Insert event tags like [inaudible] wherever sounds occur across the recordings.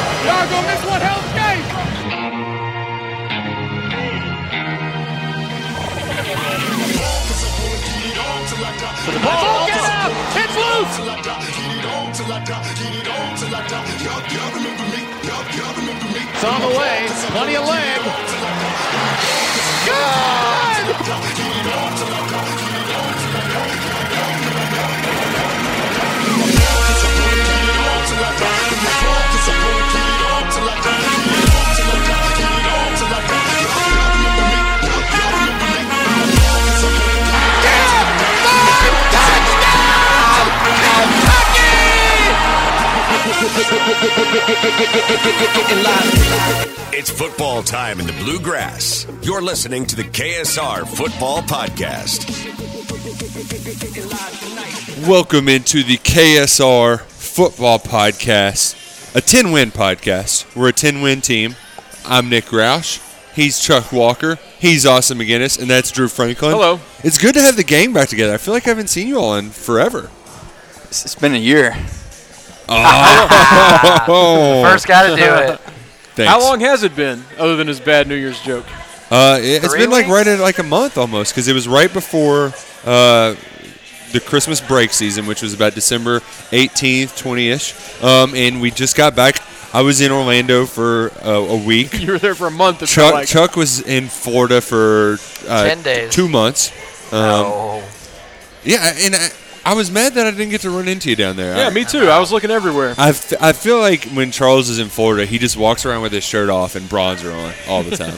on this one. Help me! get up! It's loose! It's on the way. Plenty of leg. Good! It's football time in the bluegrass. You're listening to the KSR Football Podcast. Welcome into the KSR Football Podcast, a 10 win podcast. We're a 10 win team. I'm Nick Roush. He's Chuck Walker. He's Austin McGinnis. And that's Drew Franklin. Hello. It's good to have the gang back together. I feel like I haven't seen you all in [laughs] forever. [laughs] It's it's been a year. Oh, First got to do it. thanks. How long has it been, other than his bad New Year's joke? Uh, it, has Three been like weeks? right at like a month almost because it was right before uh, the Christmas break season, which was about December 18th, 20ish. Um, and we just got back. I was in Orlando for uh, a week. [laughs] You were there for a month. It Chuck felt like. Chuck was in Florida for uh, 10 days. two months. Um, oh. Yeah, and I, I was mad that I didn't get to run into you down there. Yeah, me too. I was looking everywhere. I, f- I feel like when Charles is in Florida, he just walks around with his shirt off and bronzer on all the [laughs] time.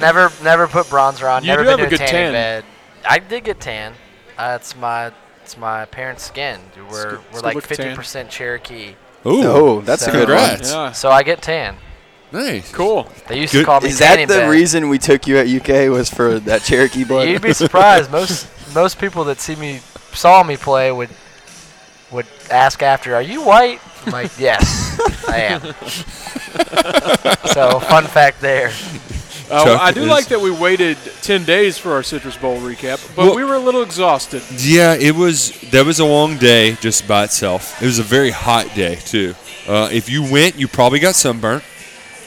Never, never put bronzer on. You never do been have to a good tanning tan. bed. I did get tan. Uh, it's my, it's my parents' skin. We're good- we're it's a good like look of tan. fifty percent Cherokee, Ooh, [laughs] Oh, that's a good one. congrats. Yeah, so I get tan. Nice. cool. They used Good- to call me Is that tanning the bed. reason we took you at UK was for that Cherokee blood? [laughs] You'd be surprised. most most people that see me saw me play would would ask after, "Are you white?" I'm like, "Yes, [laughs] I am." so, fun fact there. Uh, Chuck I do is- like that we waited 10 days for our Citrus Bowl recap, but Well- we were a little exhausted. Yeah, it was. That was a long day just by itself. It was a very hot day too. Uh, if you went, you probably got sunburnt.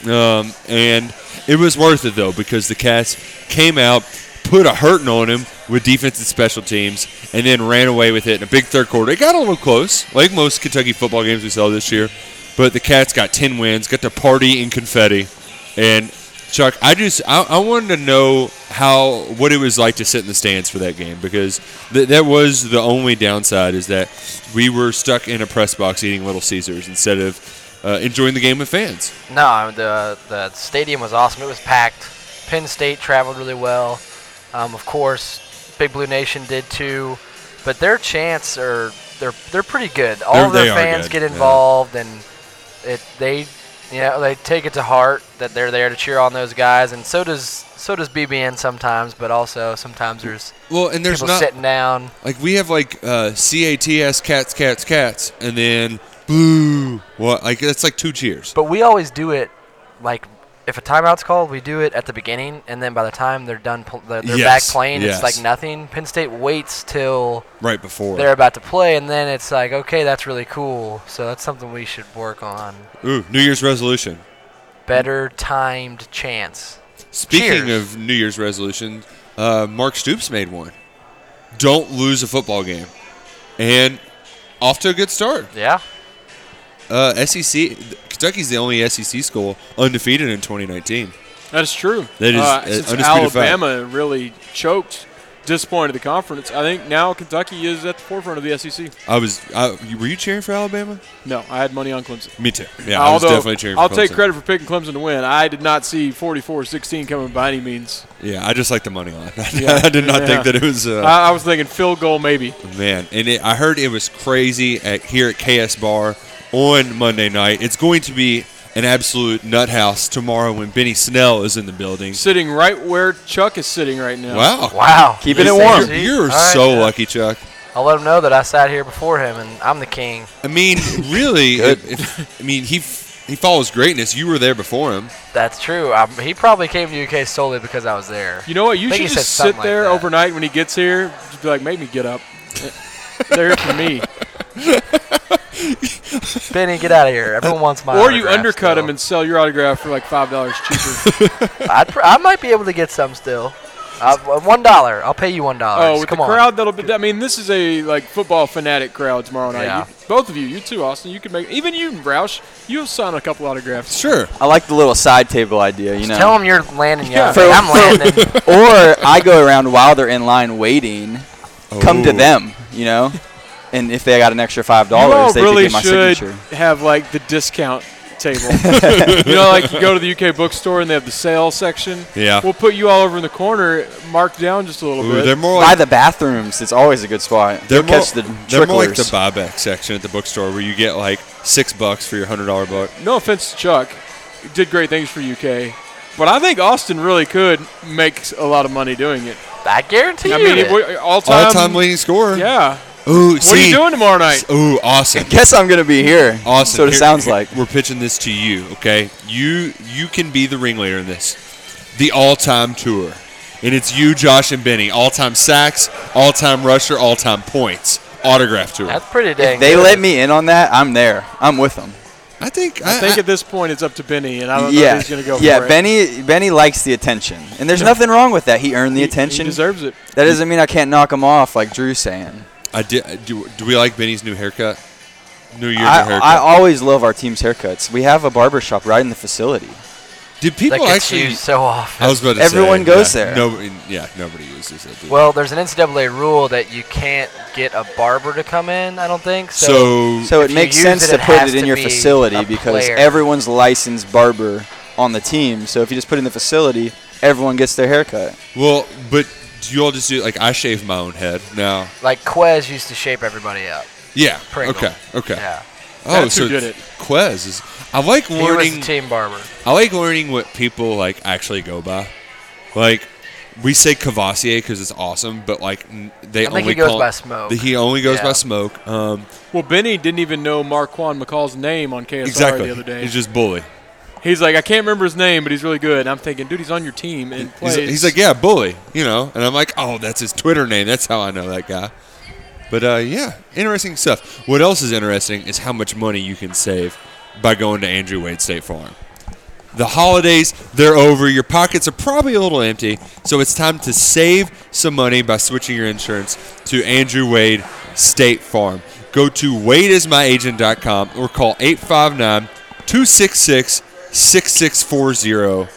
Um, and it was worth it though because the Cats came out, put a hurting on him with defense and special teams, and then ran away with it in a big third quarter. It got a little close, like most Kentucky football games we saw this year. But the Cats got ten wins, got to party in confetti, and Chuck, I just I, I wanted to know how what it was like to sit in the stands for that game because th- that was the only downside is that we were stuck in a press box eating Little Caesars instead of uh, enjoying the game with fans. No, I- the the stadium was awesome. It was packed. Penn State traveled really well. Um, of course, Big Blue Nation did too. But their chants are they're they're pretty good. All They're- of their they are fans good, get yeah. involved, and it they you know they take it to heart that they're there to cheer on those guys, and so does so does BBN sometimes, but also sometimes there's, Well, and there's people not sitting down. like we have like uh, cats cats cats cats and then boo what like that's like two cheers. But we always do it like if a timeout's called, we do it at the beginning, and then by the time they're done, pl- they're, they're back Yes, playing. yes. It's like nothing. Penn State waits till right before. they're about to play, and then it's like, okay, that's really cool. So that's something we should work on. Ooh, New Year's resolution. Better timed chance. Speaking Cheers. of New Year's resolution, uh, Mark Stoops made one. Don't lose a football game, and off to a good start. Yeah. Uh, SEC Kentucky's the only SEC school undefeated in 2019. That is true. That is, uh, uh, since undisputed fact. Alabama really choked, disappointed the conference. I think now Kentucky is at the forefront of the E SEC. I was I, were you cheering for Alabama? No, I had money on Clemson. Me too. Yeah, I was Although, definitely cheering. For I'll take Clemson. credit for picking Clemson to win. I did not see 44-16 coming by any means. Yeah, I just like the money line. [laughs] Yeah. I did not think Yeah. that it was. Uh, I, I was thinking field goal maybe. Man, and it, I heard it was crazy at, here at KS Bar on Monday night. It's going to be an absolute nut house tomorrow when Benny Snell is in the building. Sitting right where Chuck is sitting right now. Wow. Wow. Keeping You it see- warm. You're, see? you're All right, so yeah. lucky, Chuck. I'll let him know that I sat here before him, and I'm the king. I mean, really, if, if, I mean, he f- he follows greatness. You were there before him. That's true. i he probably came to UK solely because I was [laughs] there. You know what? You I should think he just said something sit like there that. overnight when he gets here. [laughs] Just be like, make me get up. They're here for me. Benny, get out of here. Everyone wants my. Or you autograph undercut still. him and sell your autograph for like five dollars [laughs] cheaper. I'd pr- I might be able to get some still. Uh, one dollar. I'll pay you one dollar. oh, with Come the on. crowd that'll be. I mean, this is a like football fanatic crowd tomorrow night. Yeah. You- both of you, you too, Austin. You can make even you, Roush. You'll sign a couple autographs. Sure. I like the little side table idea, you know. Tell them you're landing. [laughs] Yeah, For- I'm landing. or I go around while they're in line waiting, come to Oh. them, you know, and if they got an extra five You all dollars, they really could get my should signature. have like the discount [laughs] table. [laughs] you know, like you go to the UK bookstore and they have the sale section. Yeah. We'll put you all over in the corner, marked down just a little Ooh, bit. they're more By like the bathrooms, it's always a good spot. they're They'll more, catch the they're more like the tricklers. buyback section at the bookstore where you get like six bucks for your hundred dollar book. no offense to Chuck, he did great things for UK, but I think Austin really could make a lot of money doing it. I guarantee I you. mean, it. it- all time. All time leading scorer. Um, Yeah. Ooh, What are you doing tomorrow night? Ooh, awesome. Guess I'm gonna be here. Awesome. So it Here- sounds here- like. we're pitching this to you. Okay, you you can be the ringleader in this, the all-time tour, and it's you, Josh, and Benny. All-time sacks, all-time rusher, all-time points, autograph tour. That's pretty dang. They good. let me in on that. I'm there. I'm with them. I think I think at this point it's up to Benny, and I don't know yeah, if he's going to go yeah. for it. Benny, Benny likes the attention, and there's nothing wrong with that. He earned the He- attention. He deserves it. that doesn't mean I can't knock him off, like Drew's saying. I did. Do, do we like Benny's new haircut? New Year's new I, haircut. I always love our team's haircuts. We have a barber shop right in the facility. Did That people gets actually? used so often. I was about to Everyone say, goes yeah, there. Nobody, yeah, nobody uses it. dude. well, there's an NCAA rule that you can't get a barber to come in. I don't think so. so, So it If you makes use sense it, to it put has it in to your be facility a because player. everyone's licensed barber on the team. So if you just put it in the facility, everyone gets their haircut. well, but do you all just do like I shave my own head now? like Quez used to shape everybody up. Yeah. Pringle. Okay. Okay. Yeah, Oh, That's so who did it. Quez is. I like he was learning. the team barber. I like learning what people like actually go by. Like we say Cavassier because it's awesome, but like n- they I think only he goes call- by Smoke. the- He only goes by Yeah. smoke. Um, Well, Benny didn't even know Marquand McCall's name on KSR exactly. the other day. He's just bully. he's like, I can't remember his name, but he's really good. And I'm thinking, dude, he's on your team and He's, plays. he's like, yeah, bully. You know, and I'm like, oh, that's his Twitter name. That's how I know that guy. But uh, yeah, interesting stuff. What else is interesting is how much money you can save by going to Andrew Wade State Farm. The holidays, they're over. Your pockets are probably a little empty. So it's time to save some money by switching your insurance to Andrew Wade State Farm. Go to wadeismyagent.com or call 859 266 6640.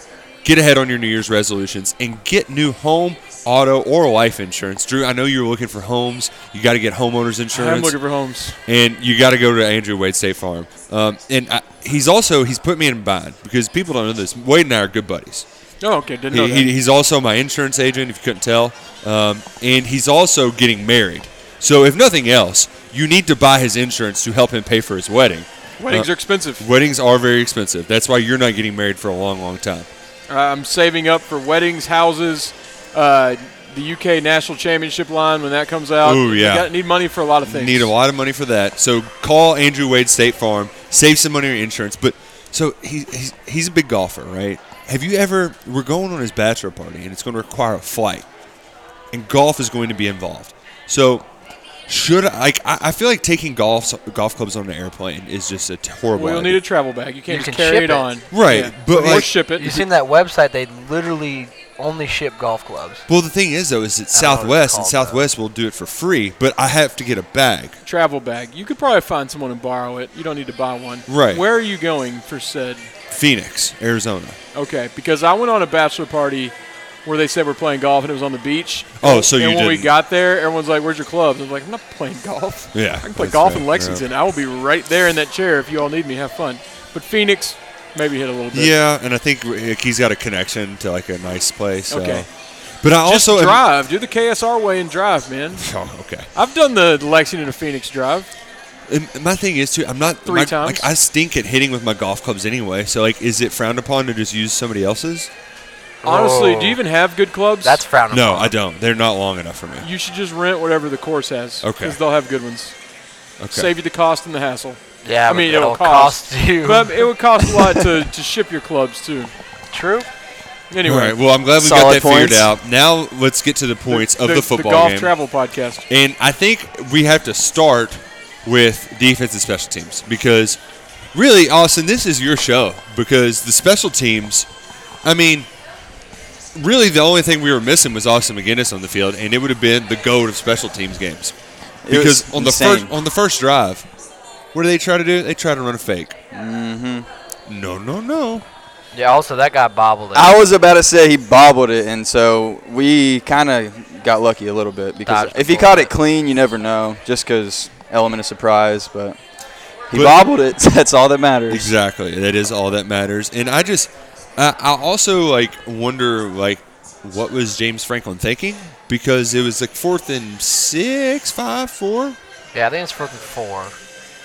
Get ahead on your New Year's resolutions and get new home, auto, or life insurance. Drew, I know you're looking for homes. You got to get homeowners insurance I'm looking for homes. and you got to go to Andrew Wade State Farm. Um, and I, he's also he's put me in bind because people don't know this. Wade and I are good buddies. Oh, okay. Didn't know He, that. he, he's also my insurance agent, if you couldn't tell, um, and he's also getting married. So if nothing else, you need to buy his insurance to help him pay for his wedding. Weddings Uh, are expensive. Weddings are very expensive. That's why you're not getting married for a long, long time. Uh, I'm saving up for weddings, houses, uh, the UK National Championship line when that comes out. Ooh, We yeah. got- need money for a lot of things. Need a lot of money for that. So call Andrew Wade State Farm, save some money on your insurance. But so he, he's he's a big golfer, right? Have you ever? We're going on his bachelor party, and it's going to require a flight, and golf is going to be involved. So should I? Like, I, I feel like taking golf golf clubs on an airplane is just a horrible. Well, you'll idea. need a travel bag. You can't You just can carry ship it. it on. Right, but, or like- ship You it. seen that website? They literally only ship golf clubs. well, the thing is though, is that I don't know what it's Southwest and called, though. Southwest will do it for free, but I have to get a bag. Travel bag. You could probably find someone and borrow it. You don't need to buy one. Right. Where are you going for said? Phoenix, Arizona. Okay, because I went on a bachelor party where they said we're playing golf and it was on the beach. Oh, so and you when we didn't. got there, everyone's like, "Where's your clubs?" I was like, "I'm not playing golf. Yeah, I can play that's golf right, in Lexington. I will be right there in that chair if you all need me. Have fun." But Phoenix, maybe hit a little bit. Yeah, and I think like, he's got a connection to like a nice place. so- Okay. But I Just also drive. Do the KSR way and drive, man. Oh, okay. I've done the Lexington to Phoenix drive. And my thing is too, I'm not Three my- times? Like I stink at hitting with my golf clubs anyway. So like, is it frowned upon to just use somebody else's? Honestly, Whoa. do you even have good clubs? That's frowned No, upon. I don't. They're not long enough for me. you should just rent whatever the course has. Okay. Because they'll have good ones. Okay. Save you the cost and the hassle. Yeah, I but mean, it it'll will cost, you. [laughs] But it would cost a lot to, to ship your clubs too. True. Anyway, All right. Well, I'm glad we got Solid that points. figured out. Now let's get to the points of the, football golf game. travel podcast. and I think we have to start with defense and special teams because really, Austin, this is your show because the special teams, I mean, really the only thing we were missing was Austin McGinnis on the field, and it would have been the goat of special teams games It was because on the insane. first on the first drive, what do they try to do? They try to run a fake. Mm-hmm. No, no, no. Yeah. Also, that guy bobbled it. I was about to say he bobbled it, and so we kind of got lucky a little bit because Dodged if he before caught it that. clean, you never know, just because element of surprise. But he But- bobbled it. [laughs] That's all that matters. Exactly. That is all that matters. And I just, I I also like wonder like what was James Franklin thinking because it was like fourth and six, five, four. yeah, I think it's fourth and four.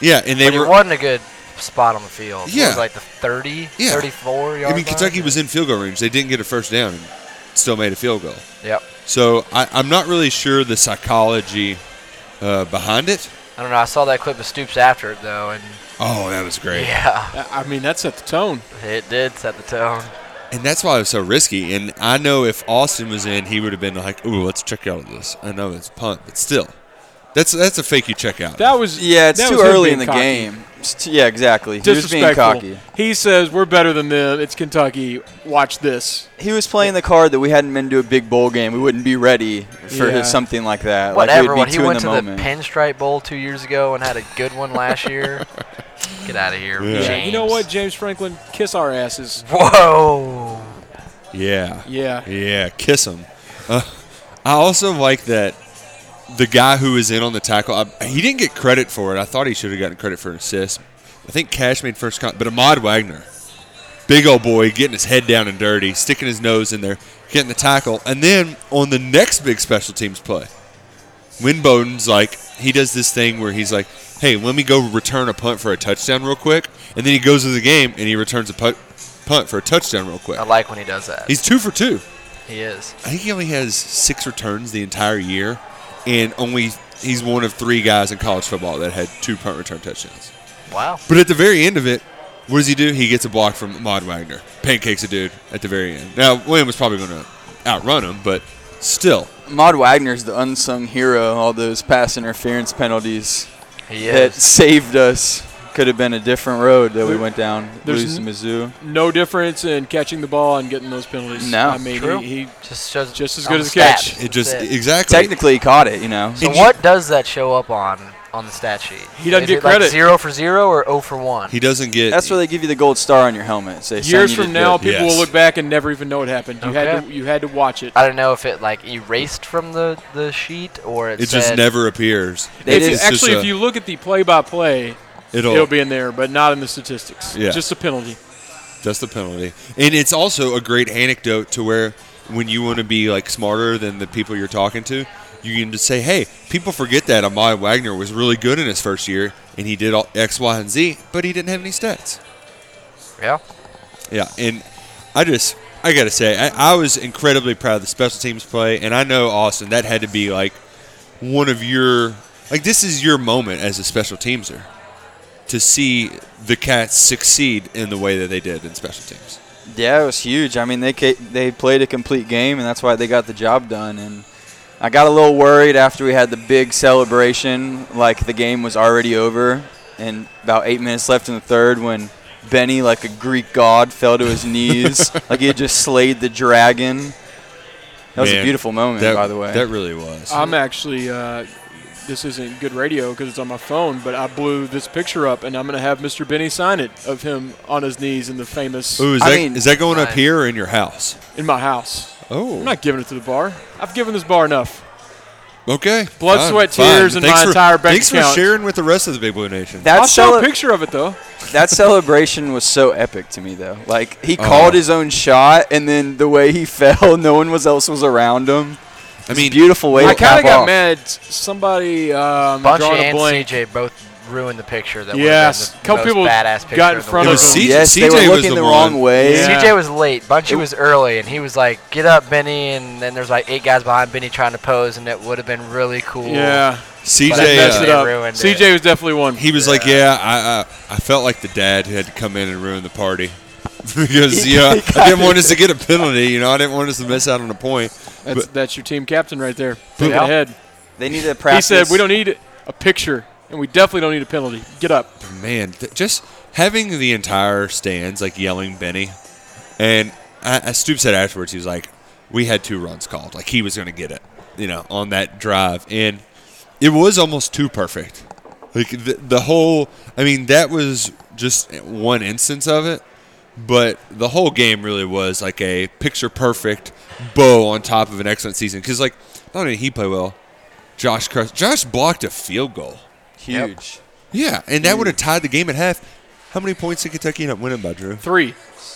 Yeah, and they But it were. wasn't a good spot on the field. It Yeah. was like the 30, Yeah. 34 yard I mean, line. Kentucky was in field goal range. They didn't get a first down, and still made a field goal. Yep. So I, I'm not really sure the psychology uh, behind it. I don't know. I saw that clip of Stoops after it though, and [laughs] Oh, that was great. yeah, I I mean, that set the tone. it did set the tone. And that's why it was so risky. And I know if Austin was in, he would have been like, "Ooh, let's check out of this." I know it's a punt, but still, that's that's a fake you check out. That was Yeah, it's that too was him early being in the cocky. game. It's t- yeah, exactly. He was being Disrespectful. cocky. He says we're better than them. It's Kentucky. Watch this. He was playing the card that we hadn't been to a big bowl game. We wouldn't be ready for Yeah. something like that. Whatever. Like, when we'd be he too went in to the moment. the Pinstripe Bowl two years ago and had a good one last year, [laughs] get out of here, Yeah. James. You know what, James Franklin? Kiss our asses. Whoa. yeah, Yeah. yeah. Kiss him. Uh, I also like that the guy who was in on the tackle. I, he didn't get credit for it. I thought he should have gotten credit for an assist. I think Cash made first con, but Ahmad Wagner, big old boy, getting his head down and dirty, sticking his nose in there, getting the tackle, and then on the next big special teams play. when Bowden's like he does this thing where he's like, "Hey, let me go return a punt for a touchdown real quick," and then he goes into the game and he returns a punt, punt for a touchdown real quick. I like when he does that. He's two for two. he is. I think he only has six returns the entire year, and only he's one of three guys in college football that had two punt return touchdowns. Wow. But at the very end of it, what does he do? He gets a block from Mod Wagner, pancakes a dude at the very end. Now William was probably going to outrun him, but still, Mod Wagner's the unsung hero. All those pass interference penalties He that is. saved us could have been a different road that we There- went down. there's Lose to n- Mizzou. No difference in catching the ball and getting those penalties. No. I mean, True. He, he Just, just, just as on good the as a catch. stat. it just That's it. exactly Technically, he caught it. You know. So Did you- what does that show up on on the stat sheet? He doesn't Is get it like credit. zero for zero or zero for one. he doesn't get. That's where they give you the gold star on your helmet. Say, son, years you did from now, good. people Yes. will look back and never even know it happened. You had Okay. to, you had to watch it. I don't know if it like erased from the, the sheet or it, It just said- never appears. They If did- you- it's actually, just if a- you look at the play-by-play, It'll, it'll be in there, but not in the statistics. Yeah. Just a penalty. just a penalty, and it's also a great anecdote to where when you want to be like smarter than the people you're talking to, you can just say, "Hey, people forget that Amaya Wagner was really good in his first year, and he did all X, Y, and Z, but he didn't have any stats." Yeah. Yeah, and I just I gotta say I, I was incredibly proud of the special teams play, and I know Austin that had to be like one of your like this is your moment as a special teamser to see the Cats succeed in the way that they did in special teams. Yeah, it was huge. I mean, they ca- they played a complete game, and that's why they got the job done. And I got a little worried after we had the big celebration, like the game was already over, and about eight minutes left in the third when Benny, like a Greek god, fell to his [laughs] knees, like he had just slayed the dragon. That was a Man, beautiful moment, that, by the way. that really was. I'm actually. Uh, this isn't good radio because it's on my phone, but I blew this picture up, and I'm gonna have Mr. Benny sign it of him on his knees in the famous Ooh, is I that, mean- is that going up Nice. here or in your house? in my house. Oh, I'm not giving it to the bar. I've given this bar enough. okay. Blood, Fine, sweat, fine. tears in Thanks my for- entire bank Thanks account. for sharing with the rest of the Big Blue Nation. That I'll show cele- a picture of it though. that celebration was so epic to me, though. Like Oh. he called his own shot, and then the way he [laughs] fell, no one was else was around him. I mean, Beautiful way. I to kind cap of got off. mad. Somebody um, Bunch drawing a and blank. CJ both ruined the picture. That Yes. would have been the Couple most people badass picture got in in the front It of world. was them. C- yes, they CJ were was looking the the, wrong one. way. Yeah. CJ was late. Bunchy was early, and he was like, "Get up, Benny!" And then there's like eight guys behind Benny trying to pose, and it would have been really cool. Yeah, CJ, But I uh, messed it it They up. ruined it. CJ was definitely one. He was like, "Yeah, I, I I felt like the dad who had to come in and ruin the [laughs] party [laughs] because you know I didn't want us to get a penalty. You know, I didn't want us to miss out on a point." That's, that's your team captain right there. But- Thinking ahead. They need to practice. He said, "We don't need a picture. And we definitely don't need a penalty. Get up. man, th- just having the entire stands like yelling Benny, and I, I Stoop said afterwards he was like, "We had two runs called. Like he was going to get it, you know, on that drive, and it was almost too perfect. Like the, the whole, I mean, that was just one instance of it, but the whole game really was like a picture perfect bow on top of an excellent season. Because like not only did he play well, Josh Crest, Josh blocked a field goal. Huge. Yeah, and that would have tied the game at half. How many points did Kentucky end up winning by Drew? Three.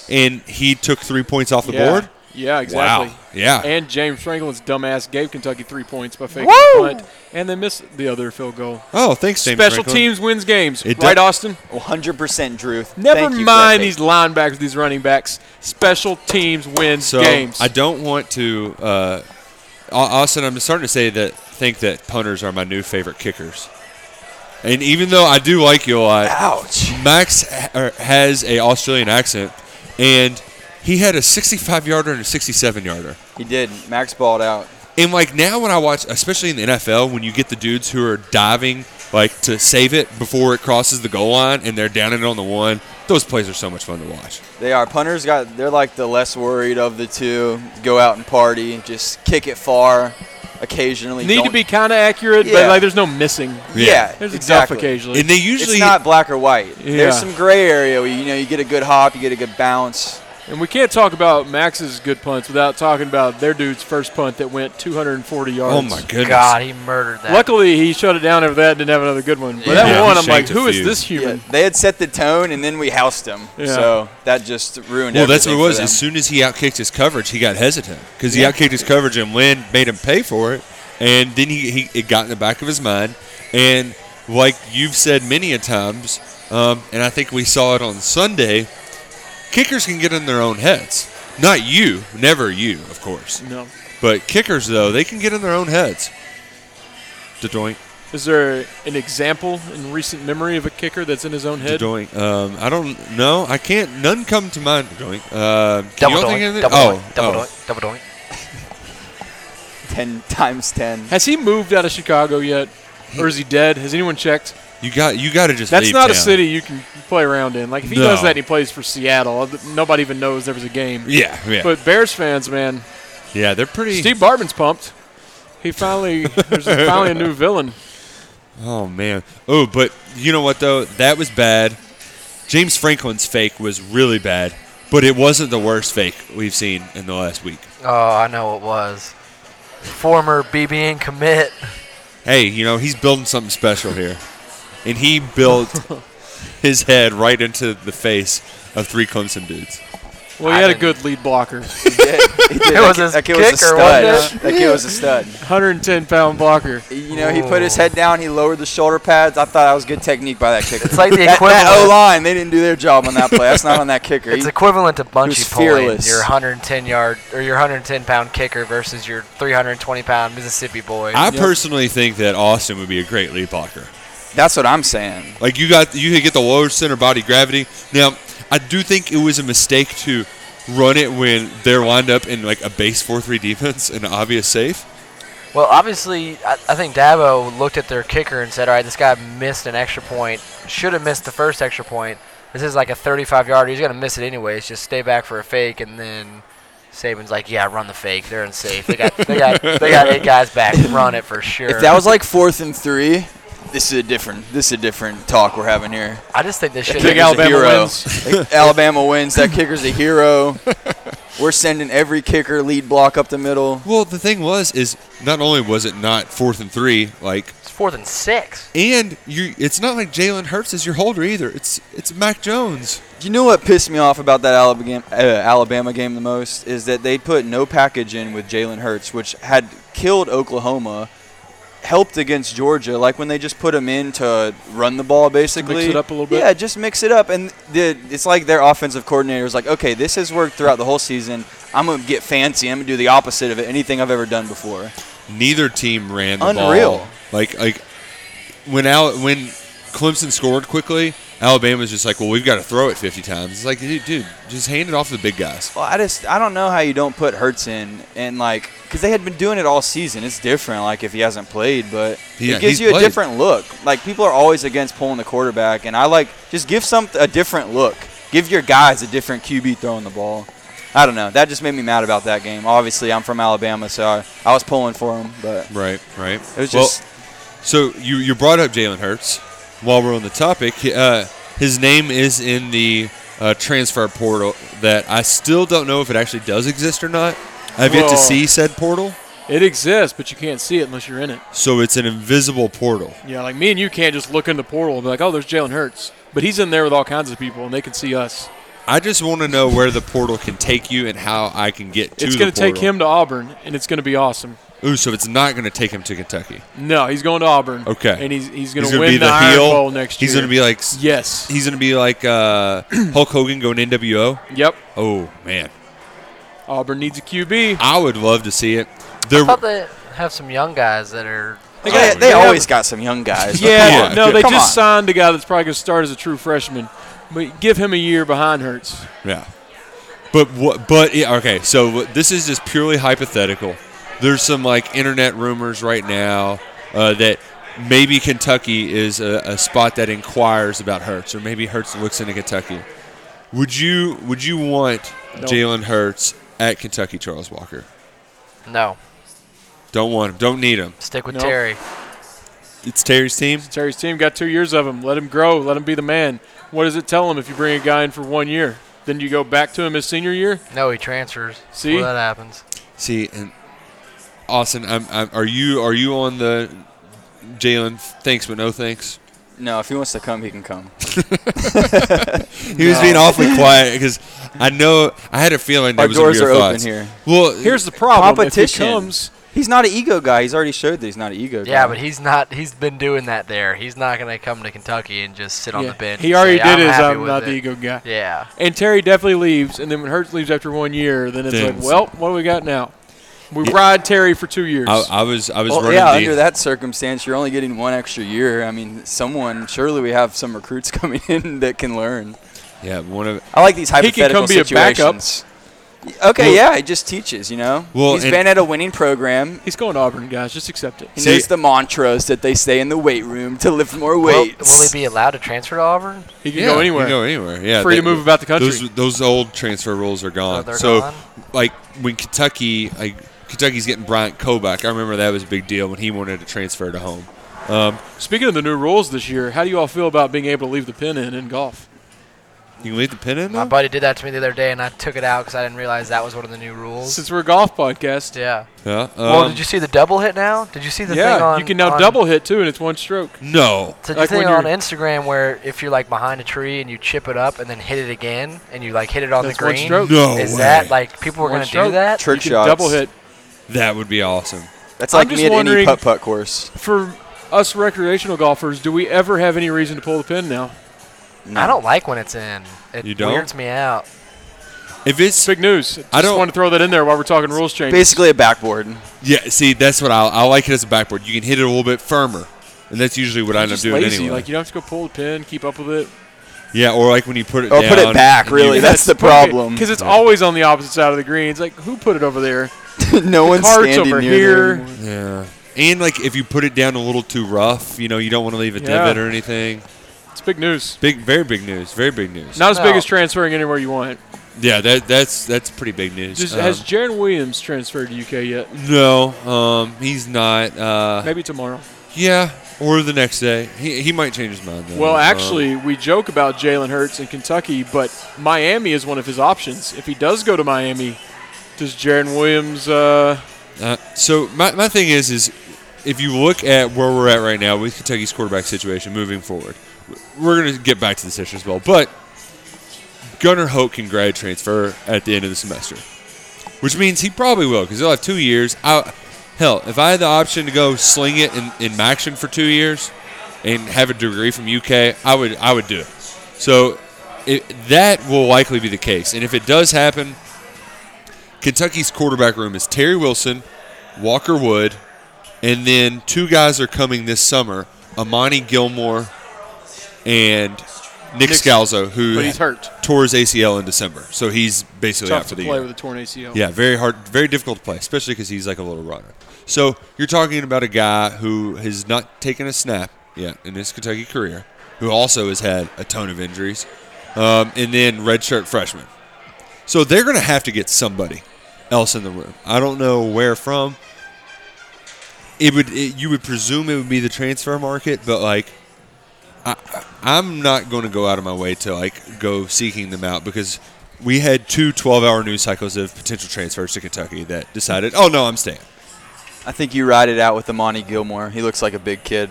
And he took three points off the yeah. board. Yeah, exactly. Wow. Yeah. And James Franklin's dumbass gave Kentucky three points by faking Woo! the punt, and they missed the other field goal. Oh, thanks, James Special Franklin. teams wins games, It right, does- Austin? 100% Drew. Never Thank you for that mind take. these linebackers, these running backs. Special teams wins So games. I don't want to. Uh, Au- Austin, I'm starting to say that think that punters are my new favorite kickers. And even though I do like you a lot, Ouch. Max ha- er, has a Australian accent, and he had a 65 yarder and a 67 yarder. He did. Max balled out. And like now, when I watch, especially in the NFL, when you get the dudes who are diving like to save it before it crosses the goal line and they're down it on the one, those plays are so much fun to watch. They are punters. Got they're like the less worried of the two. Go out and party, just kick it far. Occasionally, Need to Don't- be kind of accurate, Yeah. but like there's no missing. Yeah, There's exactly. a duff occasionally. And they usually it's not black or white. Yeah. There's some gray area. Where, you know, you get a good hop, you get a good bounce. And we can't talk about Max's good punts without talking about their dude's first punt that went 240 yards. oh my goodness, God, he murdered that. Luckily, he shut it down after that and didn't have another good one. But that Yeah, he one, I'm like, shanked a who is few. this Yeah, human? they had set the tone, and then we housed them. Yeah. So that just ruined. Well, that's what it everything was. for As them. soon as he outkicked his coverage, he got hesitant because he outkicked his coverage, and Lynn made him pay for it. And then he, he it got in the back of his mind, and like you've said many a times, um, and I think we saw it on Sunday, kickers can get in their own heads. Not you, never you, of course. No. But kickers though, they can get in their own heads. Da-doink, Is there an example in recent memory of a kicker that's in his own head? da-doink. Um, I don't know. I can't. None come to mind. Da-doink. Um, can y'all double think of doink, anything? double oh, doink, double oh. doink, double doink. ten [laughs] times ten. [laughs] Has he moved out of Chicago yet? Or is he dead? Has anyone checked? You got. You got to just. That's leave not a town. city you can play around in. Like, if he No. does that and he plays for Seattle, nobody even knows there was a game. Yeah, yeah, But Bears fans, man, yeah. They're pretty. Steve Bartman's pumped. He finally, [laughs] there's finally a new villain. Oh man. Oh, but you know what though? That was bad. James Franklin's fake was really bad, but it wasn't the worst fake we've seen in the last week. Oh, I know it was. Former BB and commit. Hey, you know he's building something special here, and he built [laughs] his head right into the face of three Clemson dudes. Well, he I had a didn't- good lead blocker. He did. He did. was that, kid, his that kid was a kicker, stud. wasn't That kid was a stud. 110 pound blocker. You know, he put his Ooh. head down. He lowered the shoulder pads. I thought that was good technique by that kicker. It's like the [laughs] that, equivalent- that O line. They didn't do their job on that play. That's not on that kicker. It's He- equivalent to He was bungee pulling fearless. your 110 yard or your 110 pound kicker versus your 320 pound Mississippi boy. I personally think that Austin would be a great lead blocker. that's what I'm saying. Like you got you could get the lower center body gravity. Now, I do think it was a mistake to run it when they're lined up in like a base four three defense and an obvious safe. well, obviously, I, I think Dabo looked at their kicker and said, "All right, this guy missed an extra point. Should have missed the first extra point. This is like a 35 yard. He's gonna miss it anyways. Just stay back for a fake." And then Saban's like, "Yeah, run the fake. They're in safe. They got they got they got eight guys back. Run it for sure." If that was like fourth and three, this is a different. This is a different talk we're having here. I just think they should. Big Kicker's a Alabama hero. wins. Like, Alabama wins. That kicker's a hero. We're sending every kicker lead block up the middle. Well, the thing was is not only was it not fourth and three, like, It's fourth and six. and you it's not like Jalen Hurts is your holder either. It's it's Mac Jones. You know what pissed me off about that Alabama game, uh, Alabama game the most is that they put no package in with Jalen Hurts, which had killed Oklahoma, helped against Georgia. Like when they just put him in to run the ball, basically. it up a little bit? Yeah, just mix it up, and the, it's like their offensive coordinator was like, "Okay, this has worked throughout the whole season. I'm gonna get fancy. I'm gonna do the opposite of anything I've ever done before." Neither team ran the Unreal. ball. Like like when Al when Clemson scored quickly, Alabama's just like, well, we've got to throw it 50 times. It's like, dude, dude just hand it off to the big guys. Well, I just I don't know how you don't put Hurts in and like because they had been doing it all season. It's different, like if he hasn't played, but Yeah, it gives he's you a played. different look. Like people are always against pulling the quarterback, and I like just give some a different look. Give your guys a different QB throwing the ball. I don't know. That just made me mad about that game. Obviously, I'm from Alabama, so I, I was pulling for him, but Right, right. it was Well, just So you you brought up Jalen Hurts. While we're on the topic, he- uh, his name is in the uh, transfer portal that I still don't know if it actually does exist or not. I've yet to Well- see said portal, It exists, but you can't see it unless you're in it. so it's an invisible portal. Yeah, like me and you can't just look in the portal and be like, oh, there's Jalen Hurts. But he's in there with all kinds of people, and they can see us. I just want to know where the portal can take you and how I can get to it's the going to take portal. him to Auburn, and it's going to be awesome. Ooh, so it's not going to take him to Kentucky. No, he's going to Auburn. Okay. And he's, he's going He's to going to win be the, the Iron heel. Bowl next He's year. going to be like s- Yes. he's going to be like uh, [clears throat] Hulk Hogan going NWO. yep. Oh man, Auburn needs a QB. I would love to see it. There, I thought they have some young guys that are. they, got- they yeah. always got some young guys. [laughs] [laughs] Yeah, on. no, they Come just on. signed a guy that's probably going to start as a true freshman. But give him a year behind Hurts. Yeah. But what? But yeah, okay. So what- this is just purely hypothetical. There's some like internet rumors right now uh, that maybe Kentucky is a, a spot that inquires about Hurts, or maybe Hurts looks into Kentucky. Would you Would you want No. Jalen Hurts at Kentucky? Charles Walker. No, Don't want him. Don't need him. stick with No. Terry. It's Terry's team. Terry's team got two years of him. Let him grow. Let him be the man. What does it tell him if you bring a guy in for one year? Then you go back to him his senior year? No, he transfers. See? Well, that happens. See, and Austin, I'm, I'm, are you are you on the Jalen? Thanks, but no thanks. No, if he wants to come, he can come. He was being awfully quiet because I know I had a feeling that Our was doors a weird are thought. open here. Well, Here's the problem. Competition. If he comes, He's not an ego guy. He's already showed that he's not an ego guy. Yeah, but he's not. He's been doing that there. He's not going to come to Kentucky and just sit on Yeah, the bench. he and already say, did I'm his happy I'm with not it." the ego guy. Yeah. And Terry definitely leaves, and then when Hurts leaves after one year, then it's Then like, it's- well, what do we got now? We ride Terry for two years. I, I was I was Well, running Oh, yeah, the- under that circumstance, you're only getting one extra year. I mean, someone surely we have some recruits [laughs] coming in that can learn. Yeah, one of I like these He can hypothetical come be a backup. situations. Okay, Well- yeah, he just teaches. You know, Well, he's and- been at a winning program. He's going to Auburn, guys. Just accept it. He See- knows the mantras that they say in the weight room to lift more Will, weight. will he be allowed to transfer to Auburn? He can yeah, go anywhere. You go anywhere. Yeah, Free to move about the country. Those those old transfer rules are gone. they're so, gone? like when Kentucky, like Kentucky's getting Bryant Kobach. I remember that was a big deal when he wanted to transfer to home. Speaking of the new rules this year, how do you all feel about being able to leave the pin in in golf? You can leave the pin in. My now? buddy did that to me the other day, and I took it out because I didn't realize that was one of the new rules. Since we're a golf podcast, yeah. Yeah. well, um, did you see the double hit now? Did you see the thing yeah, on? you can now on- double hit too, and it's one stroke. No. Did like you when thing on you're- Instagram where if you're like behind a tree and you chip it up and then hit it again and you like hit it on That's the one green? stroke. No Is way. that like people were One going to do stroke. that? Trick you can shots. double hit. that would be awesome. That's I'm like just me at any wondering- putt putt course. For us recreational golfers, do we ever have any reason to pull the pin now? I don't like when it's in. It You don't? weirds me out. If it's Big news. Just I don't- want to throw that in there while we're talking rules change. Basically, a backboard. [laughs] Yeah, see, that's what I, I like it as a backboard. You can hit it a little bit firmer, and that's usually what I end up just doing lazy. anyway. Like you don't have to go pull the pin, keep up with it. yeah, or like when you put it Or put it down back, and really. you- That's the problem. Because it's always on the opposite side of the green. It's like who put it over there? no one's Carts standing over near there here. anymore. [laughs] yeah, and like if you put it down a little too rough, you know, you don't want to leave a Yeah. divot or anything. It's big news. Big, very big news. Very big news. Not as big No. as transferring anywhere you want. yeah, that that's that's pretty big news. Just, uh, Um, has Jaron Williams transferred to UK yet? no, um, he's not. Uh, Maybe tomorrow. yeah, or the next day. He, he might change his mind. Uh, Though. Well, Um, actually, we joke about Jalen Hurts in Kentucky, but Miami is one of his options. If he does go to Miami, does Jaron Williams? Uh, Uh, so my, my thing is is if you look at where we're at right now with Kentucky's quarterback situation moving forward, we're going to get back to this issue as well. But Gunnar Hope can grad transfer at the end of the semester, which means he probably will because he'll have two years. I, hell, if I had the option to go sling it in, in Maxion for two years and have a degree from UK, I would I would do it. So it, that will likely be the case. And if it does happen, Kentucky's quarterback room is Terry Wilson, Walker Wood, and then two guys are coming this summer: Amani Gilmore and Nick Nick's- Scalzo, who but he's hurt. tore his ACL in December, so he's basically Tough out to for the play year. with a torn ACL. Yeah, very hard, very difficult to play, especially because he's like a little runner. So you're talking about a guy who has not taken a snap yet in his Kentucky career, who also has had a ton of injuries, um, and then redshirt freshman. So they're going to have to get somebody else in the room. I don't know where from. It would it, you would presume it would be the transfer market, but like I'm not going to go out of my way to like go seeking them out because we had two 12-hour news cycles of potential transfers to Kentucky that decided, oh no, I'm staying. I think you ride it out with Amani Gilmore. He looks like a big kid.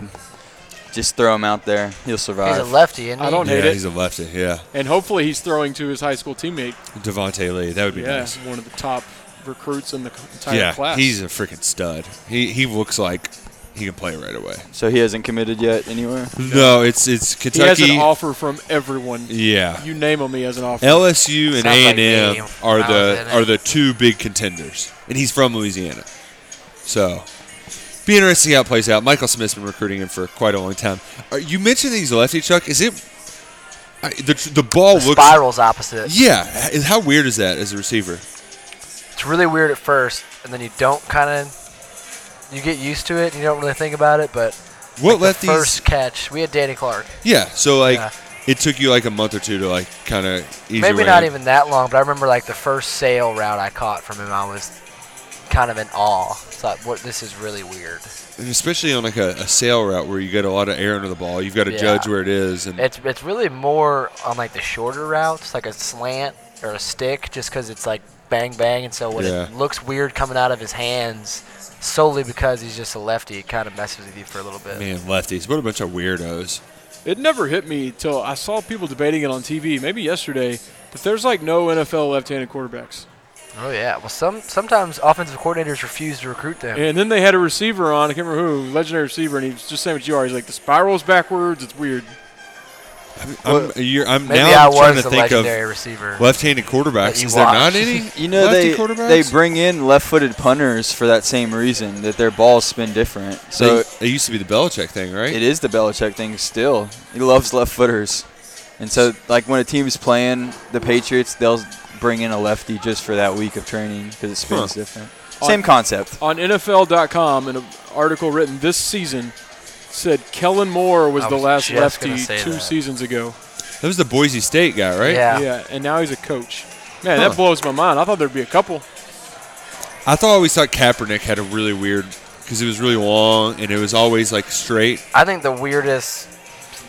Just throw him out there. He'll survive. He's a lefty, isn't he? I don't yeah, hate it. he's a lefty. Yeah, and hopefully he's throwing to his high school teammate. Devonte Lee, that would be Yeah, nice. one of the top recruits in the c- entire yeah, class. he's a freaking stud. He he looks like he can play right away. so he hasn't committed yet anywhere. No, it's it's he has Kentucky. an offer from everyone. yeah, You name him, he has an offer. LSU and Sounds A like and M me are when I was in the it. are the two big contenders, and he's from Louisiana, so be interesting to see how it plays out. Michael Smith's been recruiting him for quite a long time. Are, you mentioned these lefty Chuck. Is it I, the tr- the ball The looks spiral's opposite. yeah? h- How weird is that as a receiver? It's really weird at first, and then you don't kind of you get used to it. and You don't really think about it, but What the lefties? first catch we had Danny Clark. yeah, so like Yeah. it took you like a month or two to like kind of ease your Maybe way not in. even that long, but I remember like the first sail route I caught from him. I was kind of in awe. Thought, "What? This is really weird." And especially on like a, a sail route where you get a lot of air under the ball. You've got to Yeah. judge where it is, and It's it's really more on like the shorter routes, like a slant or a stick, just because it's like bang bang, and so when Yeah. it looks weird coming out of his hands, solely because he's just a lefty, it kind of messes with you for a little bit. man, lefties, what a bunch of weirdos. It never hit me till I saw people debating it on TV, maybe yesterday, that there's like no NFL left-handed quarterbacks. Oh yeah. Well, some sometimes offensive coordinators refuse to recruit them. And then they had a receiver on, I can't remember who, legendary receiver, and he was just saying what you are. He's like, the spiral's backwards. It's weird. I'm, you're, I'm Maybe now I I'm trying was to the think of legendary receiver. left-handed quarterbacks. you Is there not watched. any? [laughs] [laughs] You know lefty they quarterbacks? they bring in left-footed punters for that same reason that their balls spin different. So So it used to be the Belichick thing, right? it is the Belichick thing still. He loves left-footers, and so like when a team's playing the Patriots, they'll bring in a lefty just for that week of training because it spins Huh. different. Same concept. On NFL.com, an article written this season said Kellen Moore was, I the was last just lefty gonna say two that. seasons ago. That was the Boise State guy, right? Yeah. Yeah, and now he's a coach. Man, Huh. that blows my mind. I thought there'd be a couple. I thought I always thought Kaepernick had a really weird because it was really long and it was always like straight. I think the weirdest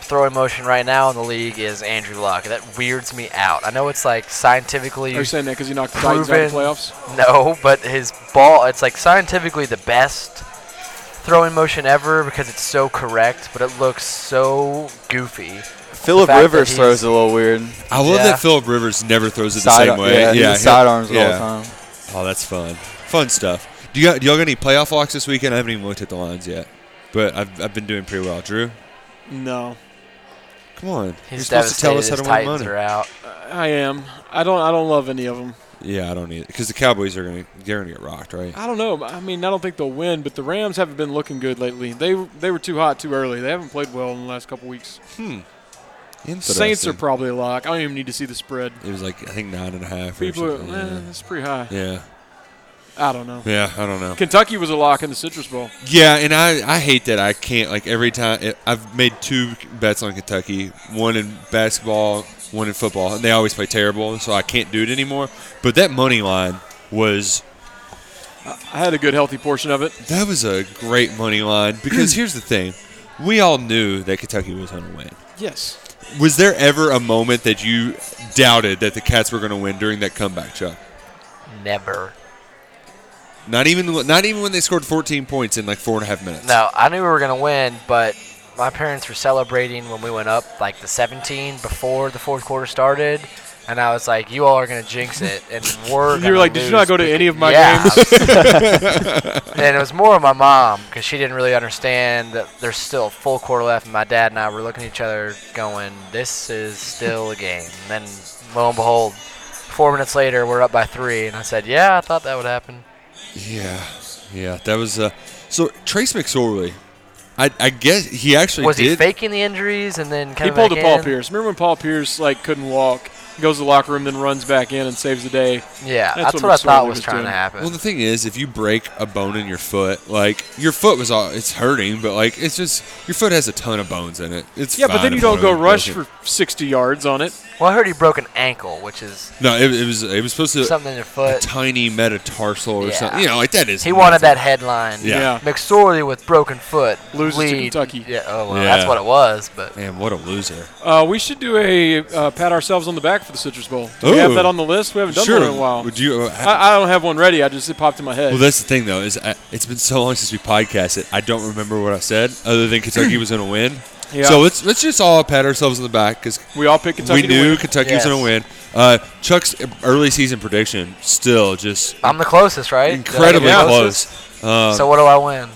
throwing motion right now in the league is Andrew Luck. That weirds me out. I know it's like scientifically Are you saying that because he knocked the Titans out of the Proven. playoffs? no, but his ball it's like scientifically the best throwing motion ever because it's so correct, but it looks so goofy. Philip fact that Rivers he's- throws a little weird. I love Yeah. that Philip Rivers never throws it Side- the same way. Yeah, he yeah did sidearms yeah. all the time. Oh, that's fun. Fun stuff. Do you got, do y'all got any playoff locks this weekend? I haven't even looked at the lines yet, but I've, I've been doing pretty well. Drew, No, come on. He's You're supposed to tell devastated. us how His to win Titans money. are out. I am. I don't. I don't love any of them. Yeah, I don't either. Because the Cowboys are gonna they're gonna get rocked, right? I don't know. I mean, I don't think they'll win, but the Rams haven't been looking good lately. They they were too hot too early. They haven't played well in the last couple weeks. Saints Interesting. are probably a lock. I don't even need to see the spread. It was like I think nine and a half. Or People, are, something. eh, that's pretty high. yeah. I don't know. yeah, yeah. I don't know. Kentucky was a lock in the Citrus Bowl. Yeah, and I, I hate that I can't like every time it, I've made two bets on Kentucky, one in basketball, one in football, and they always play terrible, so I can't do it anymore. But that money line was I had a good healthy portion of it. that was a great money line [clears throat] because here's the thing, we all knew that Kentucky was going to win. Yes. Was there ever a moment that you doubted that the Cats were going to win during that comeback, Chuck? Never. Not even not even when they scored 14 points in like four and a half minutes. No, I knew we were gonna win, but my parents were celebrating when we went up like the 17 before the fourth quarter started, and I was like, "You all are gonna jinx it," and we're. [laughs] You gonna were like, did you lose not go to because-" any of my Yeah. games? [laughs] and it was more of my mom because she didn't really understand that there's still a full quarter left, and my dad and I were looking at each other, going, "This is still a game." And then lo and behold, four minutes later, we're up by three, and I said, "Yeah, I thought that would happen." Yeah, yeah, that was uh, so Trace McSorley I, I guess he actually was did. he faking the injuries and then He coming pulled a back Paul in? Pierce. Remember when Paul Pierce like couldn't walk? He goes to the locker room, then runs back in and saves the day. Yeah, that's, That's what what, I thought McSorley was was trying to doing. happen. Well, the thing is, if you break a bone in your foot, like your foot was all, it's hurting, but like it's just your foot has a ton of bones in it. It's Yeah, but fine then you if don't one go of them rush doesn't. for 60 yards on it. well, I heard he broke an ankle, which is No, it, it was it was supposed to something in your a foot. tiny metatarsal or Yeah. something. You know, like that is. He wanted that headline. Yeah. Yeah. McSorley with broken foot Loses to lead. Kentucky. Yeah, oh well, Yeah. that's what it was. But Man, what a loser! Uh, we should do a uh, pat ourselves on the back for the Citrus Bowl. Do we Ooh. have that on the list? We haven't done sure. one in a while. Would you? uh, I, I don't have one ready. I just it popped in my head. well, that's the thing though is I, it's been so long since we podcasted. I don't remember what I said other than Kentucky was going to win. Yeah. So let's let's just all pat ourselves on the back because we all pick Kentucky. we knew To win. Kentucky Yes. was going to win. Uh, Chuck's early season prediction still just I'm the closest, right? Did I get incredibly the Yeah. close. closest? So what do I win?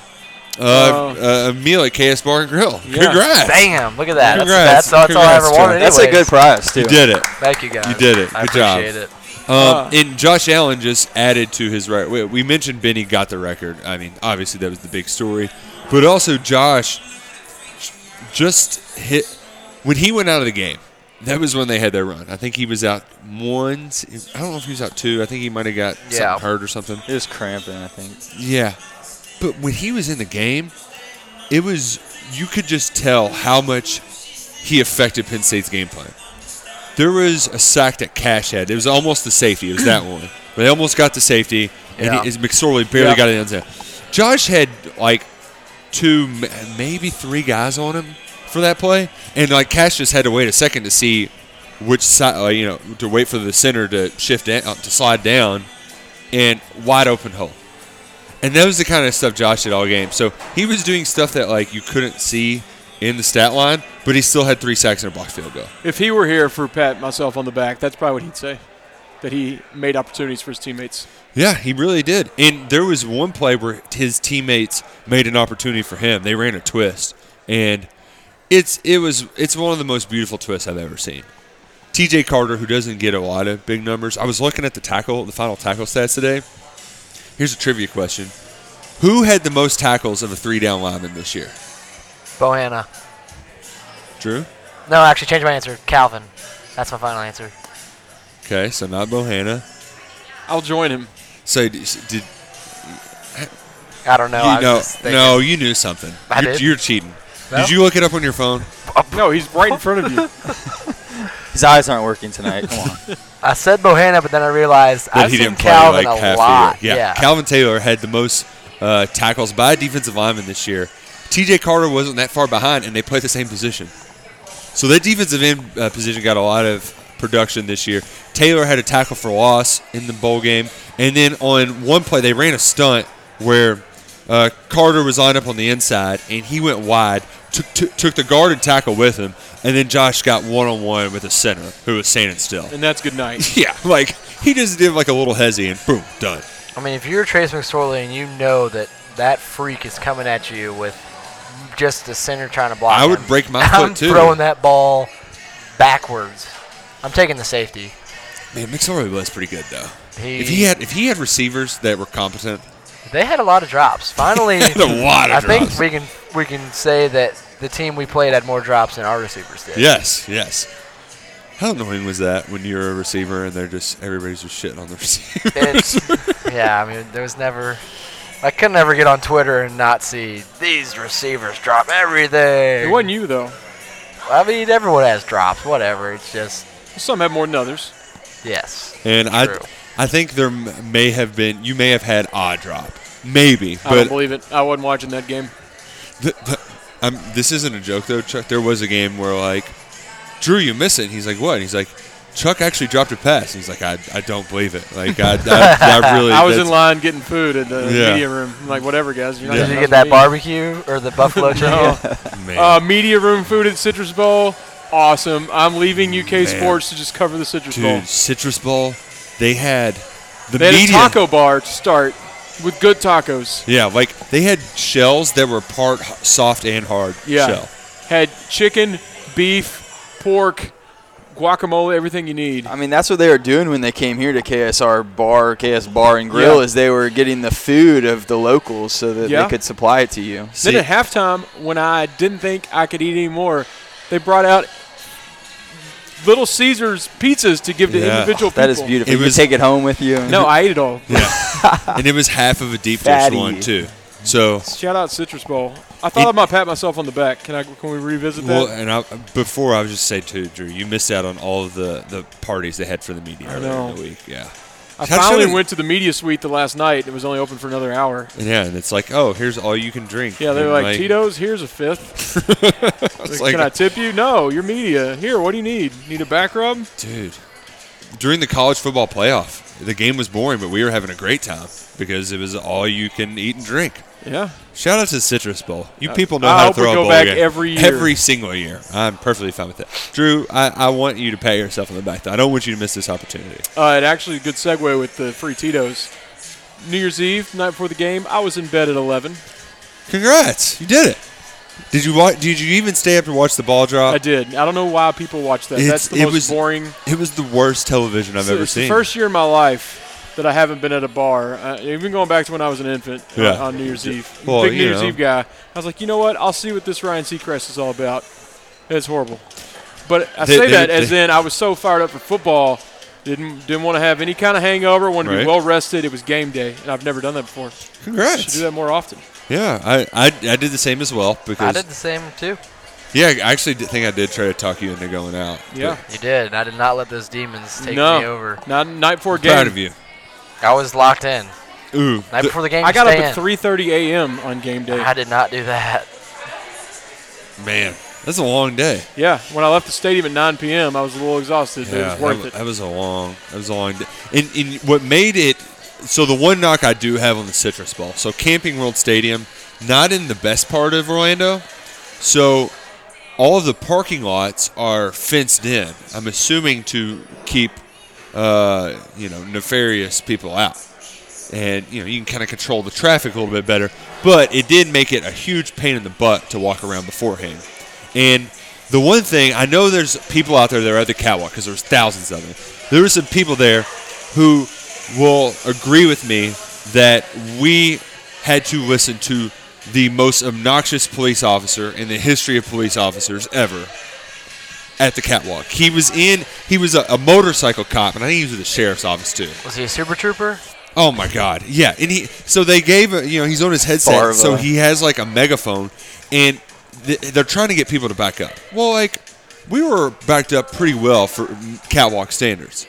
Uh, uh, a meal at KS Bar and Grill. Yeah. Congrats! Bam! Look at that. That's, Congrats. that's, all- that's all I ever Congrats, wanted. John. That's a good anyways. prize too. You did it. Thank you guys. You did it. I Good job. appreciate it. Um, and Josh Allen just added to his right. We, we mentioned Benny got the record. I mean, obviously that was the big story, but also Josh just hit when he went out of the game. That was when they had their run. I think he was out one. I don't know if he was out two. I think he might have got Yeah. something hurt or something. It was cramping, I think. Yeah. But when he was in the game, it was you could just tell how much he affected Penn State's game plan. There was a sack that Cash had. It was almost the safety. It was that one. But they almost got the safety, and Yeah. he, his McSorley barely Yeah. got it down. Josh had like two, m- maybe three guys on him for that play, and like Cash just had to wait a second to see which side, uh, you know, to wait for the center to shift down, to slide down, and wide open hole. And that was the kind of stuff Josh did all game. So he was doing stuff that like you couldn't see in the stat line, but he still had three sacks and a blocked field goal. If he were here for pat myself on the back, that's probably what he'd say. That he made opportunities for his teammates. Yeah, he really did. And there was one play where his teammates made an opportunity for him. They ran a twist, and it's it was it's one of the most beautiful twists I've ever seen. T.J. Carter, who doesn't get a lot of big numbers, I was looking at the tackle, the final tackle stats today. Here's a trivia question: Who had the most tackles of a three-down lineman this year? Bohanna. Drew. No, actually, change my answer. Calvin. That's my final answer. Okay, so not Bohanna. I'll join him. So d- s- did I don't know. I you was know? just thinking- No, you knew something. I you're, did. you're cheating. No. Did you look it up on your phone? No, he's right in front of you. His eyes aren't working tonight. Come on. I said Bohanna, but then I realized That I've he seen didn't Calvin play like half a lot. the year. yeah. Calvin Taylor had the most uh, tackles by a defensive lineman this year. T.J. Carter wasn't that far behind, and they played the same position. So that defensive end uh, position got a lot of production this year. Taylor had a tackle for loss in the bowl game, and then on one play they ran a stunt where uh, Carter was lined up on the inside and he went wide, took took took the guard and tackle with him, and then Josh got one on one with a center who was standing still. and that's good night. [laughs] Yeah, like he just did like a little hezzy and boom, done. I mean, if you're Trace McSorley and you know that that freak is coming at you with just the center trying to block, I would him, break my I'm foot, too. throwing that ball backwards. I'm taking the safety. Man, McSorley was pretty good though. He- if he had if he had receivers that were competent, They had a lot of [laughs] drops. Finally, had a lot I of think drops. we can we can say that the team we played had more drops than our receivers did. yes, yes. How annoying was that when you're a receiver and they're just everybody's just shitting on the [laughs] receiver? It's, yeah, I mean, there was never. I could never get on Twitter and not see these receivers drop It everything. wasn't you though. I mean, everyone has drops, whatever. It's just, Some have more than others. yes. And I, True. I think there m- may have been you may have had odd drop, maybe, Oh, I don't but believe it. I wasn't watching that game. th- th- I'm, um, this isn't a joke though, Chuck. There was a game where like, Drew, you miss it. And he's like, what? And he's like, Chuck actually dropped a pass. And he's like, I, I don't believe it. Like I, I, [laughs] I really. I was that's- in line getting food at the Yeah. media room. I'm like, whatever, guys. You're not Yeah. Did getting you get nothing that to eat." barbecue or the [laughs] buffalo [laughs] chicken? Man. Uh, media room food at Citrus Bowl. Awesome. I'm leaving UK Man. Sports to just cover the Citrus Dude, Bowl. Citrus Bowl, they had the They had media. a taco bar to start with good tacos. Yeah, like they had shells that were part h- soft and hard Yeah. shell. Had chicken, beef, pork, guacamole, everything you need. I mean, that's what they were doing when they came here to KSR Bar, KS Bar and Grill, Yeah. is they were getting the food of the locals so that Yeah. they could supply it to you. See, then at halftime, when I didn't think I could eat any more, they brought out Little Caesars pizzas to give to Yeah. individual people. Oh, That is beautiful. It you was- can take it home with you. No, I ate it all. and it was half of a deep dish Fatty. one too. So Shout out Citrus Bowl. I thought It- I might pat myself on the back. Can I? Can we revisit that? well, and I, before I was just say too, Drew, you missed out on all of the the parties they had for the media earlier know. in the week. Yeah, I How finally should I- went to the media suite the last night. and It was only open for another hour. and yeah, and it's like, oh, here's all you can drink. Yeah, they're And, like, Tito's. Here's a fifth. it's Can I tip you? No, you're media. Here, what do you need? Need a back rub? Dude, during the college football playoff, the game was boring, but we were having a great time because it was all you can eat and drink. Yeah. Shout out to Citrus Bowl. You people know I how hope to we throw a go bowl back game. every year. every single year. I'm perfectly fine with that. Drew, I, I want you to pat yourself on the back. Though. I don't want you to miss this opportunity. Uh, it actually a good segue with the free Tito's. New Year's Eve, night before the game, I was in bed at 11. Congrats, you did it. Did you watch? Did you even stay up to watch the ball drop? I did. I don't know why people watch that. It's- That's the it most was- boring. It was the worst television I've it's, ever it's seen. the first year in my life that I haven't been at a bar. Uh, even going back to when I was an infant uh, Yeah. on New Year's Eve. Well, Big you New Year's know. Eve guy. I was like, you know what? I'll see what this Ryan Seacrest is all about. It's horrible. But I They- say they- that as they- in I was so fired up for football. Didn't didn't want to have any kind of hangover. Wanted to Right. be well rested. It was game day, and I've never done that before. Should Congrats. do that more often. Yeah, I, I I did the same as well I because did the same too. yeah, I actually did think I did try to talk you into going out. Yeah. You did, and I did not let those demons take no, me over. Not night before but game. proud of you. I was locked in. Ooh, Night the- before the game, I you got stay up at in. 3:30 a.m. on game day. I did not do that. man, that's a long day. Yeah, when I left the stadium at 9 p.m., I was a little exhausted, but it was that worth wa- it. That was a long. That was a long. Day. And, and what made it so the one knock I do have on the Citrus Bowl. So Camping World Stadium, not in the best part of Orlando. So all of the parking lots are fenced in. I'm assuming to keep uh, you know nefarious people out. And you know you can kind of control the traffic a little bit better, but it did make it a huge pain in the butt to walk around beforehand. And the one thing I know there's people out there that are at the catwalk because there's thousands of them. There were some people there who will agree with me that we had to listen to the most obnoxious police officer in the history of police officers ever at the catwalk. He was in he was a, a motorcycle cop and I think he was with the sheriff's office too. Was he a super trooper? Oh my God! Yeah, and he so they gave a- you know he's on his headset, Barva. so he has like a megaphone, and th- they're trying to get people to back up. Well, like we were backed up pretty well for mm, catwalk standards,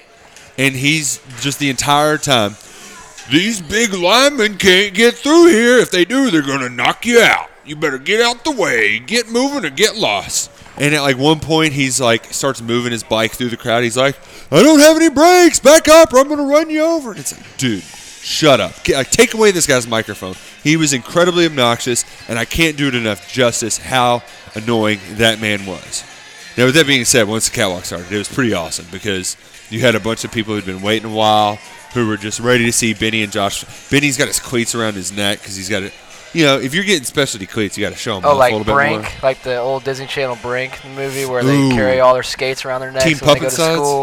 and he's just the entire time. These big linemen can't get through here. If they do, they're gonna knock you out. You better get out the way, get moving, or get lost. And at like one point, he's like starts moving his bike through the crowd. He's like, "I don't have any brakes. Back up, or I'm gonna run you over." And it's like, dude, shut up. Get, like, take away this guy's microphone. He was incredibly obnoxious, and I can't do it enough justice how annoying that man was. Now, with that being said, once the catwalk started, it was pretty awesome because you had a bunch of people who'd been waiting a while who were just ready to see Benny and Josh. Benny's got his cleats around his neck because he's got it. You know, if you're getting specialty cleats, you got to show them Oh, off a like little Brink, bit like the old Disney Channel Brink movie where Ooh. they carry all their skates around their necks Team when they go Puppet to Sides? school.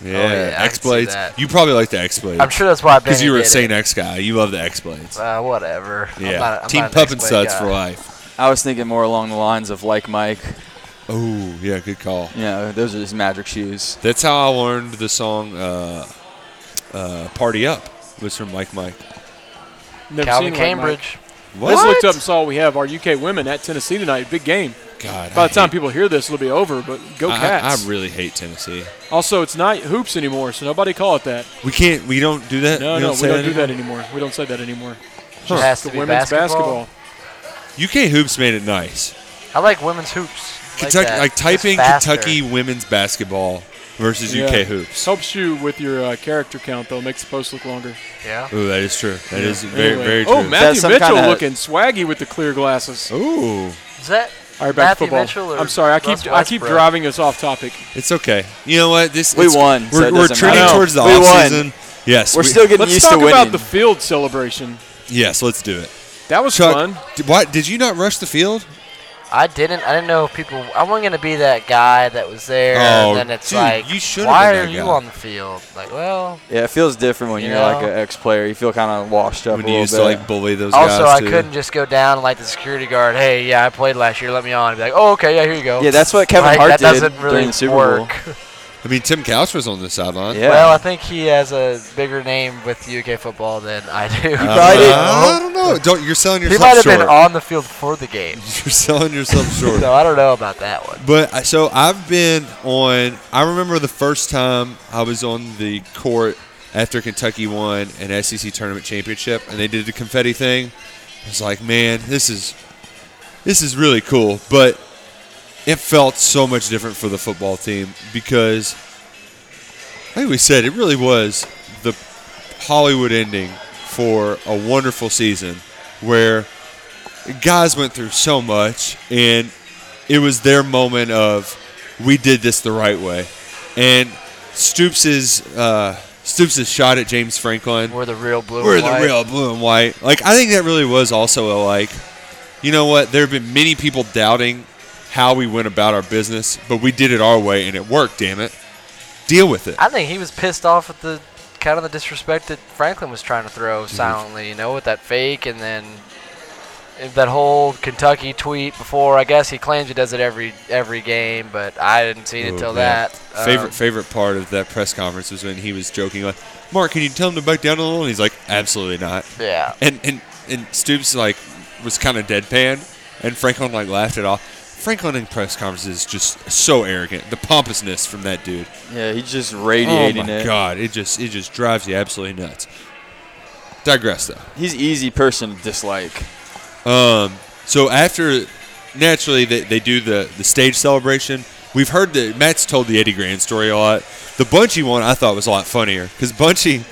more. Oh, yeah, I Yeah, can see X Blades. that. You probably like the X Blades. I'm sure that's why because Benny you were a did it. Saint X guy. You love the X Blades. Uh, whatever. I'm yeah, not- I'm Team not an Puff and X-Blade Suds guy. for life. I was thinking more along the lines of like Mike. Oh yeah, good call. You know, those are just magic shoes. That's how I learned the song uh, uh, "Party Up" was from Mike Mike. Never Calvin seen one, Mike. Cambridge. I just looked up and saw we have our UK women at Tennessee tonight. Big game. God, I By the time hate- people hear this, it'll be over. But go I- I, Cats! I really hate Tennessee. also, it's not hoops anymore, so nobody call it that. We can't. We don't do that. No, we no, don't, we say don't do that anymore? anymore. We don't say that anymore. It has to The be women's basketball. UK hoops made it nice. I like women's hoops. I Kentucky, that. like, It's typing faster. Kentucky women's basketball versus Yeah. UK hoops. helps you with your uh, character count though. Makes the post look longer. Yeah. Ooh, that is true. That is very, Anyway. very Oh, That's true. Matthew some Mitchell kinda- looking swaggy with the clear glasses. Ooh, Is that All right, back to Matthew football. Mitchell or I'm sorry, I keep Russ I keep Westbrook? driving us off topic. it's okay. You know what? This We it's- won, so We're, it we're doesn't trending matter. towards the We off won. season. Yes, We're we- still getting Let's used talk to winning. about the field celebration. Yes, let's do it. That was Chuck, fun. d- why did you not rush the field? I didn't. I didn't know if people. I wasn't gonna be that guy that was there. Oh, and then it's dude, like, you should've why been are that you guy. on the field? Like, well, Yeah, it feels different when You you are like know? an ex-player. You feel kind of washed up when a you little used bit. to like bully those also guys. I couldn't just go down and like the security guard. Hey, yeah, I played last year. Let me on. And be like, oh, okay, yeah, here you go. yeah, that's what Kevin Like, Hart that did doesn't really during the Super Bowl. work. [laughs] I mean, Tim Couch was on the sideline. Yeah. Well, I think he has a bigger name with UK football than I do. [laughs] He probably did. I don't know. Don't you're selling He yourself might have short. been on the field for the game. [laughs] You're selling yourself [laughs] short. So I don't know about that one. But I- so I've been on. I remember the first time I was on the court after Kentucky won an SEC tournament championship, and they did the confetti thing. I was like, man, this is this is really cool. But it felt so much different for the football team because, like we said, it really was the Hollywood ending for a wonderful season where guys went through so much and it was their moment of we did this the right way. And Stoops's uh, Stoops's shot at James Franklin We're the real blue. we're and white. the real blue and white. Like I think that really was also a like, you know what? There have been many people doubting how we went about our business, but we did it our way and it worked. Damn it, deal with it. I think he was pissed off at the kind of the disrespect that Franklin was trying to Mhm. throw silently, you know, with that fake and then that whole Kentucky tweet before. I guess he claims he does it every every game, but I didn't see it Ooh, until man. that. Um, favorite favorite part of that press conference was when he was joking like, "Mark, can you tell him to back down a little?" And he's like, "Absolutely not." Yeah. And and and Stoops like was kind of deadpan, and Franklin like laughed it off. Franklin in press conferences is just so arrogant. The pompousness from that dude. yeah, he's just radiating oh my it. god, it just it just drives you absolutely nuts. Digress though. He's easy person to dislike. Um, so after, naturally, they, they do the, the stage celebration. We've heard that Matt's told the Eddie Grand story a lot. The Bunchy one I thought was a lot funnier because Bunchy,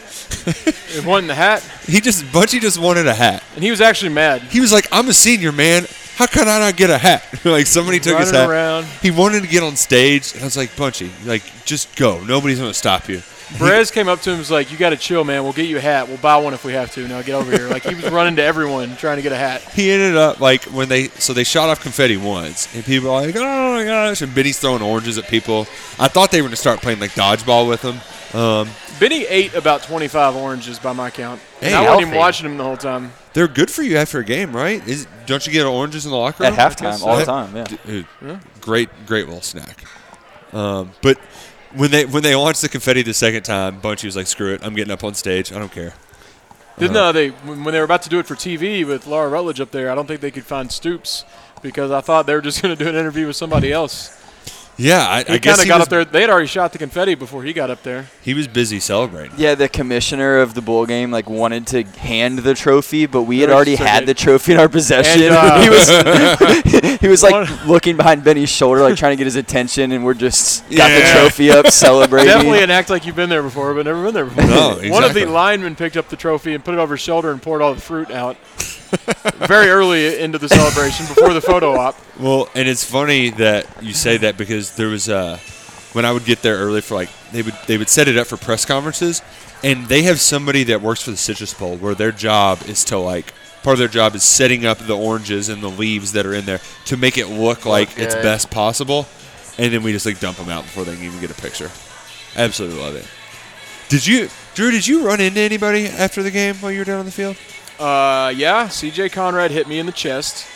It won the hat, he just Bunchy just wanted a hat. and he was actually mad. He was like, "I'm a senior, man. How can I not get a hat?" [laughs] like somebody took his Running hat. around. He wanted to get on stage, and I was like, "Bunchy, like just go. Nobody's gonna stop you." Perez came up to him and was like, You got to chill, man. We'll get you a hat. We'll buy one if we have to. Now get over here. Like, he was running to everyone trying to get a hat. he ended up like when they so they shot off confetti once and people are like oh my gosh and Benny's throwing oranges at people. I thought they were gonna start playing like dodgeball with him. Um, Benny ate about 25 oranges by my count. And Hey, I wasn't even healthy. watching him the whole time. they're good for you after a game, right? Is don't you get oranges in the locker At room halftime, all the time, yeah. Dude, great great little snack. Um, but when they when they launched the confetti the second time, Bunchy was like, "Screw it, I'm getting up on stage. I don't care." Uh-huh. Didn't uh, they when when they were about to do it for TV with Laura Rutledge up there? I don't think they could find Stoops because I thought they were just [laughs] going to do an interview with somebody else. Yeah, I, He I guess kind of he got was, up there. They had already shot the confetti before he got up there. He was busy celebrating. Yeah, the commissioner of the bowl game like wanted to hand the trophy, but we had They were already so had good. the trophy in our possession. And, uh, [laughs] he was he was One- like looking behind Benny's shoulder, like trying to get his attention, and we're just got Yeah. the trophy up, celebrating. Definitely an act like you've been there before, but never been there before. No, One of exactly. the linemen picked up the trophy and put it over his shoulder and poured all the fruit out. [laughs] Very early into the celebration, before the photo op. Well, and it's funny that you say that because there was uh, when I would get there early for like they would they would set it up for press conferences, and they have somebody that works for the Citrus Bowl where their job is to like part of their job is setting up the oranges and the leaves that are in there to make it look like it's good. best possible, and then we just like dump them out before they can even get a picture. Absolutely love it. Did you, Drew? Did you run into anybody after the game while you were down on the field? Uh, yeah, CJ Conrad hit me in the chest,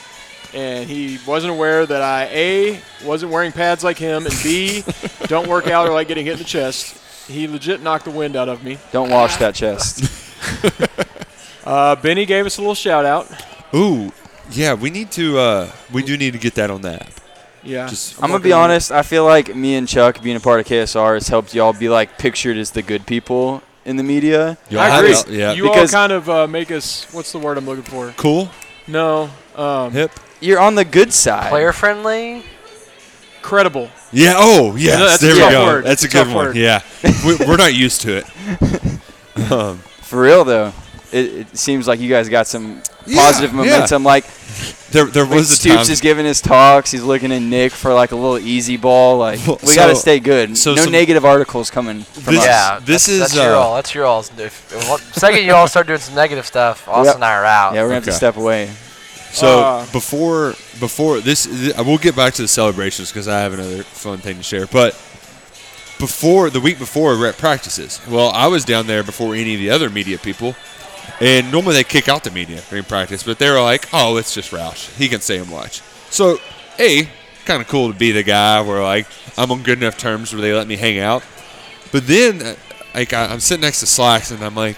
and he wasn't aware that I a wasn't wearing pads like him, and [laughs] b don't work out or like getting hit in the chest. He legit knocked the wind out of me. Don't wash that chest. Uh, Benny gave us a little shout out. Ooh, yeah. We need to. Uh, we do need to get that on the app. Yeah, Just I'm gonna be honest. I feel like me and Chuck being a part of KSR has helped y'all be like pictured as the good people in the media. Y'all I have agree. y'all- yeah. You all Because- kind of uh, make us. What's the word I'm looking for? cool, No, um, hip. You're on the good side. Player friendly. credible. Yeah. Oh, yes. No, that's a there tough we go. word. That's a It's a good tough one. word. Yeah. we, we're not used to it. Um, For real though, it, it seems like you guys got some Yeah, positive yeah. momentum. Like there, there was a time. Stoops is giving his talks. He's looking at Nick for like a little easy ball. Like Well, we got to so- stay good. so no some- negative articles coming from This- us. yeah. this that's, is, that's your uh, all. That's your [laughs] all. If, if- second you all start doing some negative stuff, Austin and I are out. Yeah, we're gonna have to Okay. step away. So Uh. before before this, th- I will get back to the celebrations because I have another fun thing to share. But before the week before we were at practices, well, I was down there before any of the other media people, and normally they kick out the media during practice, but they were like, "Oh, it's just Roush. He can stay and watch." So, a kind of cool to be the guy where like I'm on good enough terms where they let me hang out. But then, uh, like I, I'm sitting next to Slacks, and I'm like,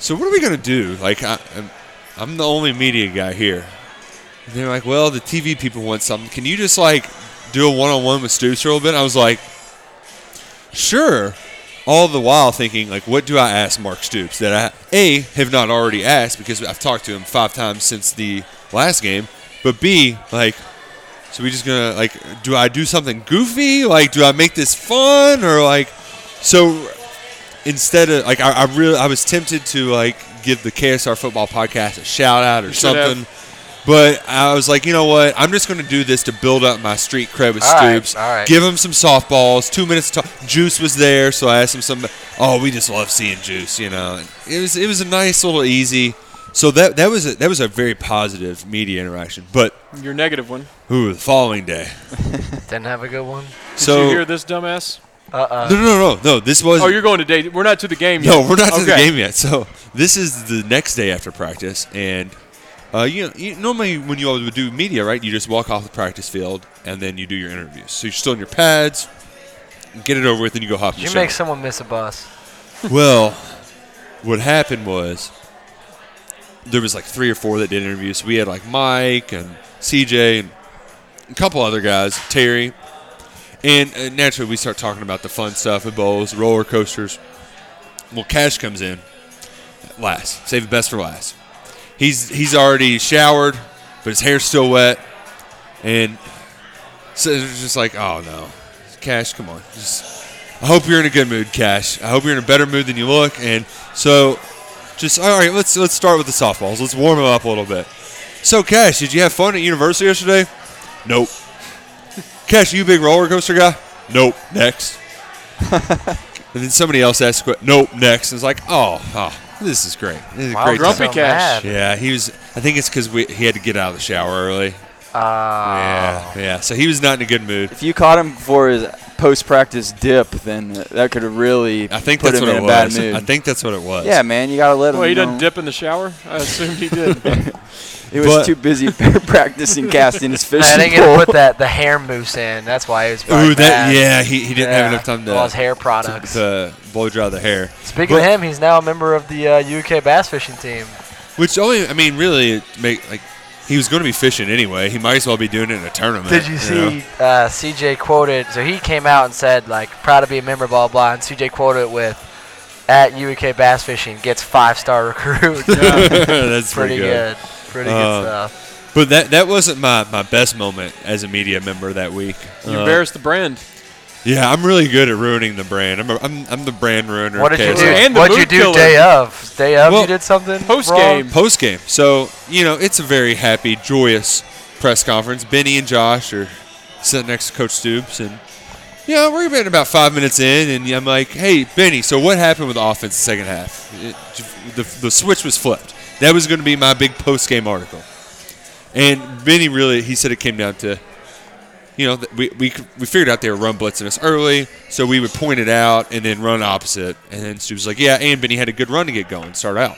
"So what are we gonna do?" Like I, I'm, I'm the only media guy here. And they're like, "Well, the TV people want something. Can you just like do a one-on-one with Stu for a little bit?" I was like, "Sure." All the while thinking, like, what do I ask Mark Stoops that I a have not already asked because I've talked to him five times since the last game, but b like, so we just gonna like, do I do something goofy? Like, do I make this fun or like, so instead of like I, I really I was tempted to like give the KSR football podcast a shout out or should something. But I was like, you know what? I'm just going to do this to build up my street cred with All right, Stoops. all right. Give him some softballs. Two minutes. To talk. Juice was there, so I asked him some. Oh, we just love seeing Juice. You know, And it was it was a nice little easy. So that that was a, that was a very positive media interaction. But Your negative one. ooh, the following day. Didn't have a good one. Did so you hear this dumbass? Uh-uh. no, no, no, no, no. This was Oh, you're going to date. We're not to the game yet. No, we're not to the Okay. game yet. So this is the next day after practice, and uh, you, know, you normally when you would do media, right? You just walk off the practice field and then you do your interviews. So you're still in your pads, get it over with, and you go hop in Did the you make shower. someone miss a bus? Well, what happened was there was like three or four that did interviews. We had like Mike and CJ and a couple other guys, Terry, and uh, naturally we start talking about the fun stuff and bowls, roller coasters. Well, Cash comes in last. Save the best for last. He's he's already showered, but his hair's still wet, and so it's just like, oh no, Cash, come on, just I hope you're in a good mood, Cash. I hope you're in a better mood than you look. And so, just all right. Let's let's start with the softballs. Let's warm them up a little bit. So, Cash, did you have fun at university yesterday? Nope. Cash, you a big roller coaster guy? Nope. Next. and then somebody else asked, a que- "Nope." Next. And it's like, oh, oh, this is great. This is a Wow, great. Grumpy so time. Cash. mad. Yeah, he was. I think it's because he had to get out of the shower early. Ah. Yeah, yeah. So he was not in a good mood. If you caught him before his post-practice dip, then that could have really I think put that's him what in it a bad was. mood. I think that's what it was. yeah, man, you gotta let him. Well, he know. doesn't dip in the shower. I assumed [laughs] he did. He was But- too busy [laughs] practicing casting his fishing I pole. didn't get to put that the hair mousse in. That's why it was. probably Ooh, that bad. yeah, he, he didn't have Yeah. enough time to All his hair to, uh, products. to blow dry the hair. Speaking But- of him, he's now a member of the uh, UK bass fishing team. Which only I mean really it make like he was going to be fishing anyway. He might as well be doing it in a tournament. Did you know? see uh, CJ quoted? So he came out and said, like, proud to be a member, blah, blah, and CJ quoted it with, at UK Bass Fishing, gets five [laughs] star recruit. [laughs] That's Pretty pretty, good. Pretty Uh, good stuff. But that that wasn't my, my best moment as a media member that week. You Uh, embarrassed the brand. yeah, I'm really good at ruining the brand. I'm a, I'm, I'm the brand ruiner. What did you okay, do? so- And the what did you mood do killer. day of? Day of, Well, you did something? post wrong? game. Post game. So, you know, it's a very happy, joyous press conference. Benny and Josh are sitting next to Coach Stoops, and, you know, we're about about five minutes in, and I'm like, hey, Benny, so what happened with the offense the second half? It, the, the switch was flipped. That was going to be my big post game article. And Benny really, he said it came down to, you know, th- we, we, c- we figured out they were run blitzing us early, so we would point it out and then run opposite. And then Stoops was like, yeah, and Benny had a good run to get going, start out.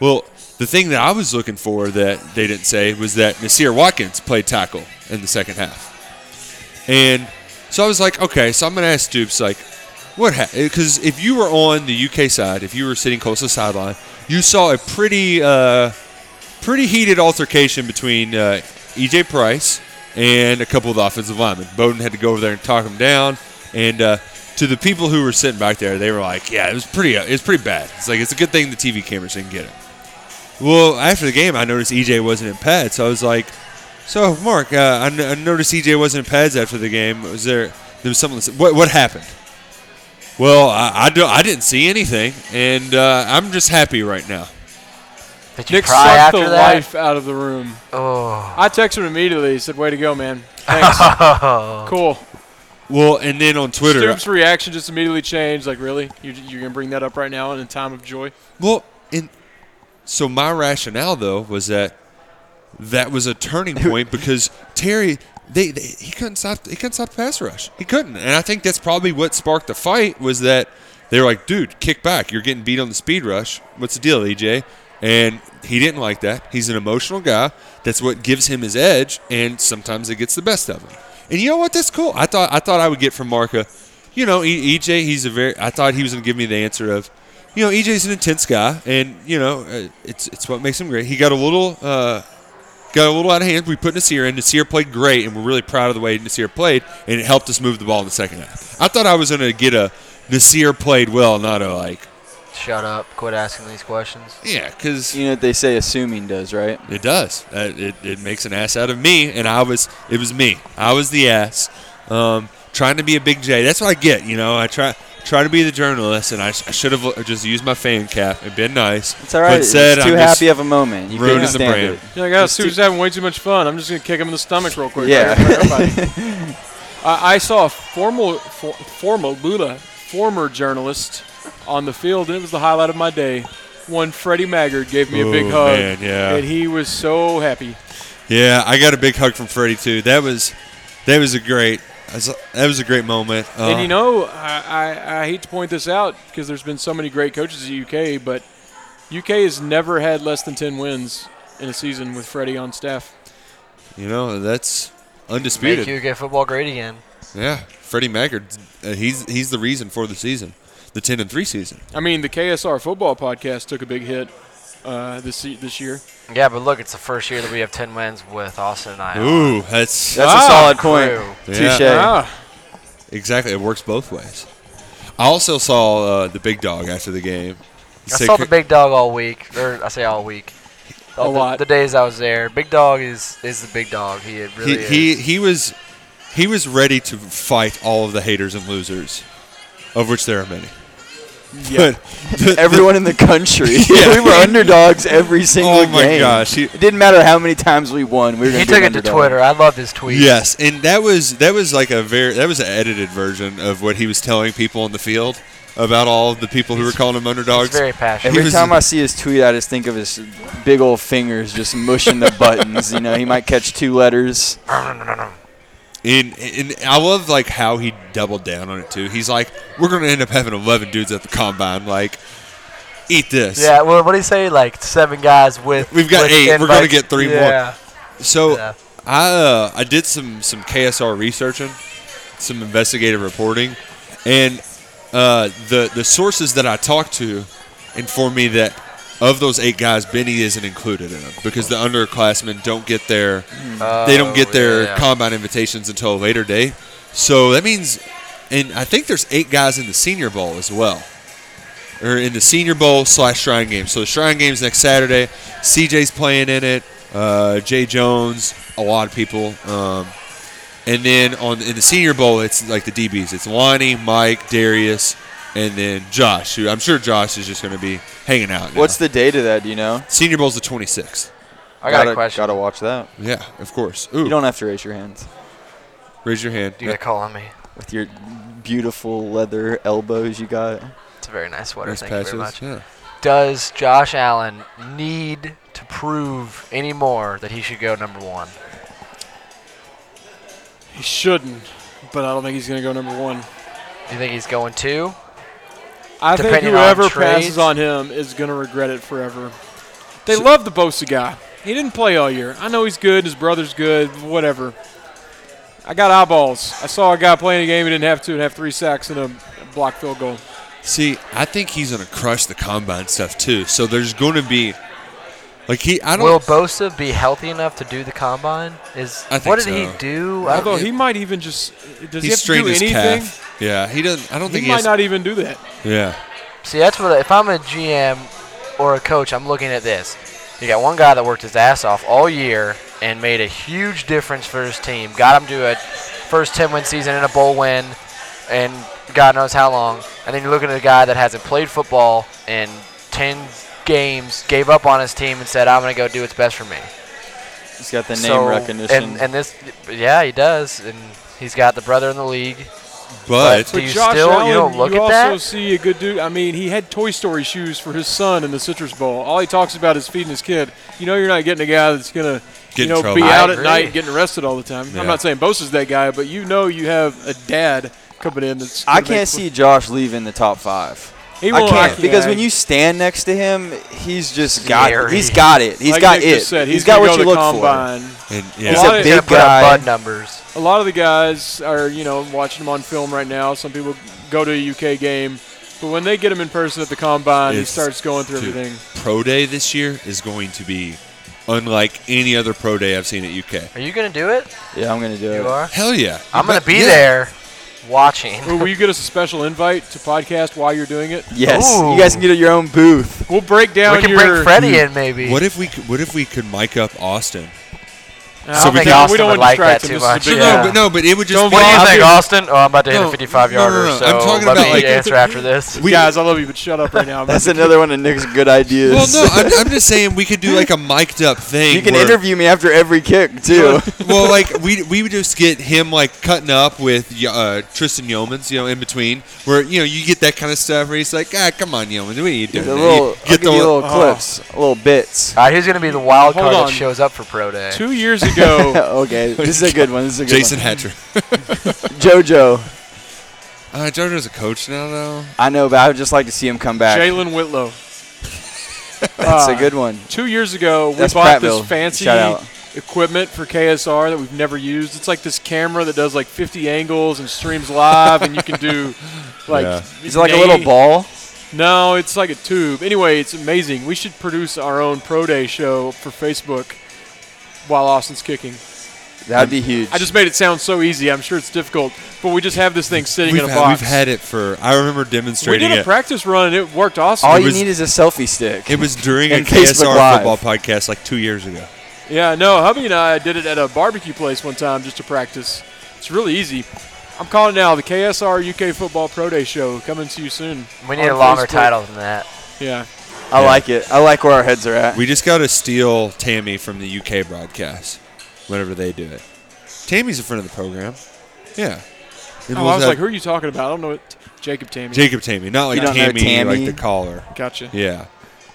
Well, the thing that I was looking for that they didn't say was that Nasir Watkins played tackle in the second half. And so I was like, okay, so I'm going to ask Stoops, like, what happened? Because if you were on the UK side, if you were sitting close to the sideline, you saw a pretty, uh, pretty heated altercation between uh, EJ Price and a couple of the offensive linemen. Bowden had to go over there and talk them down. And uh, to the people who were sitting back there, they were like, yeah, it was pretty, uh, it was pretty bad. It's like, it's a good thing the TV cameras didn't get it. Well, after the game, I noticed EJ wasn't in pads, so I was like, "So, Mark, uh, I no- I noticed EJ wasn't in pads after the game. Was there there was something? What what happened?" Well, I I, don't, I didn't see anything, and uh, I'm just happy right now. Did you Nick cry sucked after the that? life out of the room. Oh. I texted him immediately. He said, "Way to go, man! [laughs] Thanks, cool." Well, and then on Twitter, Stoops' reaction just immediately changed. Like, really? You, you're gonna bring that up right now in a time of joy? Well, and so my rationale though was that that was a turning point because Terry they, they he couldn't stop he couldn't stop the pass rush. He couldn't. And I think that's probably what sparked the fight was that they were like, dude, kick back. You're getting beat on the speed rush. What's the deal, EJ? And he didn't like that. He's an emotional guy. That's what gives him his edge, and sometimes it gets the best of him. And you know what? That's cool. I thought I thought I would get from Marca. You know, E- EJ. He's a very. I thought he was going to give me the answer of, you know, EJ's an intense guy, and you know, uh, it's it's what makes him great. He got a little uh, got a little out of hand. We put Nasir in. Nasir played great, and we're really proud of the way Nasir played, and it helped us move the ball in the second half. I thought I was going to get a Nasir played well, not a like, Shut up. Quit asking these questions. yeah, because You know what they say assuming does, right? it does. Uh, it, it makes an ass out of me, and I was it was me. I was the ass, um, trying to be a big J. That's what I get. You know, I try try to be the journalist, and I, sh- I should have uh, just used my fan cap and been nice. It's all right. But said it's too I'm just happy of a moment. You ruining couldn't the stand brand. it. Yeah, I got Sue's having way too much fun. I'm just gonna kick him in the stomach real quick. Yeah. [laughs] I, I saw a formal, for, formal Lula, former journalist on the field, and it was the highlight of my day. One Freddie Maggard gave me a big Ooh, hug, man, yeah. and he was so happy. Yeah, I got a big hug from Freddie too. That was that was a great that was a- that was a great moment. Uh, and you know, I, I, I hate to point this out because there's been so many great coaches at UK, but UK has never had less than 10 wins in a season with Freddie on staff. you know that's Make undisputed. you get football great again. Yeah, Freddie Maggard, uh, he's he's the reason for the season, the ten and three season. I mean, the KSR football podcast took a big hit uh, this se- this year. Yeah, but look, it's the first year that we have 10 wins with Austin and I. on. Ooh, that's That's Ah, a solid point. crew. Yeah. Touche. Ah, exactly it works both ways. I also saw uh, the big dog after the game. I saw the big dog all week, or I say all week. All the, lot. the days I was there, big dog is is the big dog. He he, really is. he he was he was ready to fight all of the haters and losers, of which there are many. yeah. [laughs] But the- the- [laughs] Everyone in the country. [laughs] Yeah. we were underdogs every single Oh game. my gosh, he- it didn't matter how many times we won. We were He gonna be took an it to underdog. Twitter. I love his tweet. Yes, and that was that was like a very that was an edited version of what he was telling people on the field about all of the people who were calling him underdogs. He's very passionate. He Every was- time I see his tweet, I just think of his big old fingers just mushing the buttons. You know, he might catch two letters. and and I love like how he doubled down on it too. He's like, "We're going to end up having eleven dudes at the combine. Like, eat this." Yeah, well, what do you say? Like seven guys with. We've got with eight. We're gonna invites. get three more. yeah. So Yeah. I uh, I did some some KSR researching, some investigative reporting, and uh, the the sources that I talked to informed me that of those eight guys, Benny isn't included in them because the underclassmen don't get their they don't get Oh, their yeah, yeah. combine invitations until a later date. So that means, and I think there's eight guys in the Senior Bowl as well or in the Senior Bowl slash Shrine Game. So the Shrine Game's next Saturday. CJ's playing in it. Uh, Jay Jones, a lot of people. Um, and then on in the Senior Bowl, it's like the DBs. It's Lonnie, Mike, Darius, and then Josh. Who I'm sure Josh is just going to be hanging out. Now. What's the date of that? Do you know? Senior Bowl's the 26th? I got gotta, a question. Gotta watch that. Yeah, of course. Ooh, You don't have to raise your hands raise your hand. You're calling me. with your beautiful leather elbows. You got. It's a very nice sweater. Nice Thank patches. you very much. Yeah. Does Josh Allen need to prove any more that he should go number one? he shouldn't, but I don't think he's going to go number one. Do you think he's going two? I think Depending on whoever trades. passes on him is going to regret it forever. They love the Bosa guy. He didn't play all year. I know he's good. His brother's good. Whatever. I got eyeballs. I saw a guy playing a game. He didn't have two and have three sacks and a block field goal. See, I think he's going to crush the combine stuff too. So there's going to be like he. I don't. Will Bosa be healthy enough to do the combine? Is I think what did so. he do? I- Although he might even just does he he, have to strained do his anything? calf. Yeah, he doesn't. I don't He think he might has- not even do that. Yeah, See, that's what if I'm a GM or a coach, I'm looking at this. You got one guy that worked his ass off all year and made a huge difference for his team. Got him to a first 10 win season and a bowl win, and God knows how long. And then you're looking at a guy that hasn't played football in 10 games, gave up on his team, and said, "I'm going to go do what's best for me." He's got the name So- recognition. And, and this, yeah, he does, and he's got the brother in the league. But Do But you Josh still- you Allen, don't look you at also that? see a good dude. I mean, he had Toy Story shoes for his son in the Citrus Bowl. All he talks about is feeding his kid. You know, you're not getting a guy that's gonna, Get in you know, trouble. be I out at agree. night getting arrested all the time. Yeah. I'm not saying Bosa's that guy, but you know, you have a dad coming in. That's I gonna make- can't see Josh leaving the top five. He I won't. can't I because can't. when you stand next to him, he's just got Scary. he's got it. He's like got Nick it. Just said, he's he's got gonna what go you to look for. combine. and, He's yeah, lot a of- He's gonna big put up guy. bud numbers. A lot of the guys are, you know, watching them on film right now. Some people go to a UK game, but when they get him in person at the combine, he It's- starts going through dude, everything. pro day this year is going to be unlike any other pro day I've seen at UK. Are you gonna do it? Yeah, I'm gonna do You it. are. Hell yeah, I'm gonna But- be yeah. there, watching. Well, will you get us a special invite to podcast while you're doing it? Yes, you Ooh. guys can get your own [laughs] booth. We'll break down we can your. bring Freddie in maybe. What if we could, what if we could mic up Austin? I so don't we think can- Austin we don't would wanna like that distract him. too This is much. a big No, yeah. but no, but it would just What do you I'll think, be- Austin? Oh, I'm about to hit No, a 55 no, no, yarder. no. So I'm talking let about, me like- answer after [laughs] this. we- guys, I love you, but shut up right now. I'm That's about to- another one of Nick's good ideas. Well, no, I'm, I'm just saying we could do like a mic'd up thing. you can where- interview me after every kick too. [laughs] [laughs] well, like we we would just get him like cutting up with uh, Tristan Yeomans, you know, in between where you know you get that kind of stuff where he's like, ah, come on, Yeomans, what are you a doing? little, You I'll give you little oh. clips, little [laughs] bits. All right, who's gonna be the wild Hold card on. that shows up for pro day? Two years [laughs] ago, okay, this is a good one. This is a good Jason one. Hatcher. JoJo. Uh, Jordan's a coach now, though. I know, but I would just like to see him come back. Jalen Whitlow. That's uh, a good one. Two years ago, we That's bought Prattville. this fancy Shout out. equipment for KSR that we've never used. It's like this camera that does like 50 angles and streams live, and you can do like. Yeah. He's like a nay- little ball. No, it's like a tube. Anyway, it's amazing. We should produce our own pro day show for Facebook while Austin's kicking. That'd be huge. I just made it sound so easy. I'm sure it's difficult, but we just have this thing sitting We've in a had, box. we've had it for. I remember we demonstrating did a it. practice run. and It worked awesome. all it you was- need is a selfie stick. It was during a And Facebook KSR Live. football podcast like two years ago. Yeah, no, hubby and I did it at a barbecue place one time just to practice. It's really easy. I'm calling now the KSR UK Football Pro Day Show coming to you soon. we need on a longer Facebook. title than that. Yeah, I Yeah. like it. I like where our heads are at. We just got to steal Tammy from the UK broadcast whenever they do it. Tammy's a friend of the program. Yeah. And oh, we'll I was have like, who are you talking about? I don't know what Jacob Tammy. Jacob Tammy, not like You don't know Tammy, Tammy? like the caller. gotcha. Yeah.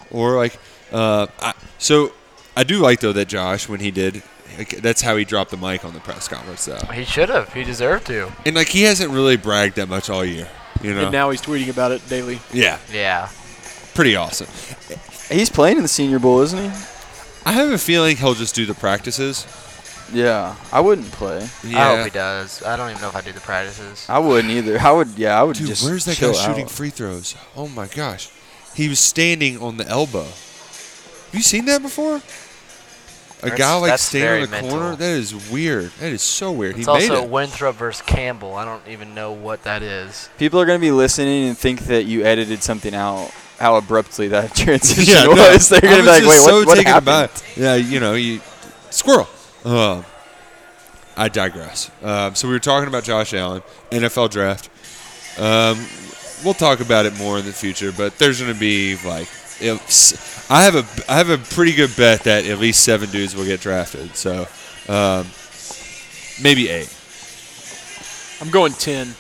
Or like, uh, I, so I do like though that Josh when he did. Like, that's how he dropped the mic on the press conference though, He should have. He deserved to. and like he hasn't really bragged that much all year. You know. And now he's tweeting about it daily. yeah. Yeah. Pretty awesome. He's playing in the Senior Bowl, isn't he? I have a feeling he'll just do the practices. Yeah, I wouldn't play. Yeah. I hope he does. I don't even know if I do the practices. I wouldn't either. I would. Yeah, I would Dude, just. where's that guy chill shooting out. free throws? Oh my gosh. He was standing on the elbow. Have you seen that before? A That's- guy like that's standing very on the mental. corner? That is weird. That is so weird. It's he made also it. Winthrop versus Campbell. I don't even know what that is. People are gonna be listening and think that you edited something out. How abruptly that [laughs] transition Yeah, no, was. They're gonna I be was like, just "Wait, so what, what taken happened?" aback. Yeah, you know, you squirrel. Um, I digress. Um, so we were talking about Josh Allen, NFL draft. Um, we'll talk about it more in the future, but there's going to be like, if, s- I have a I have a pretty good bet that at least seven dudes will get drafted. So um, maybe eight. I'm going 10.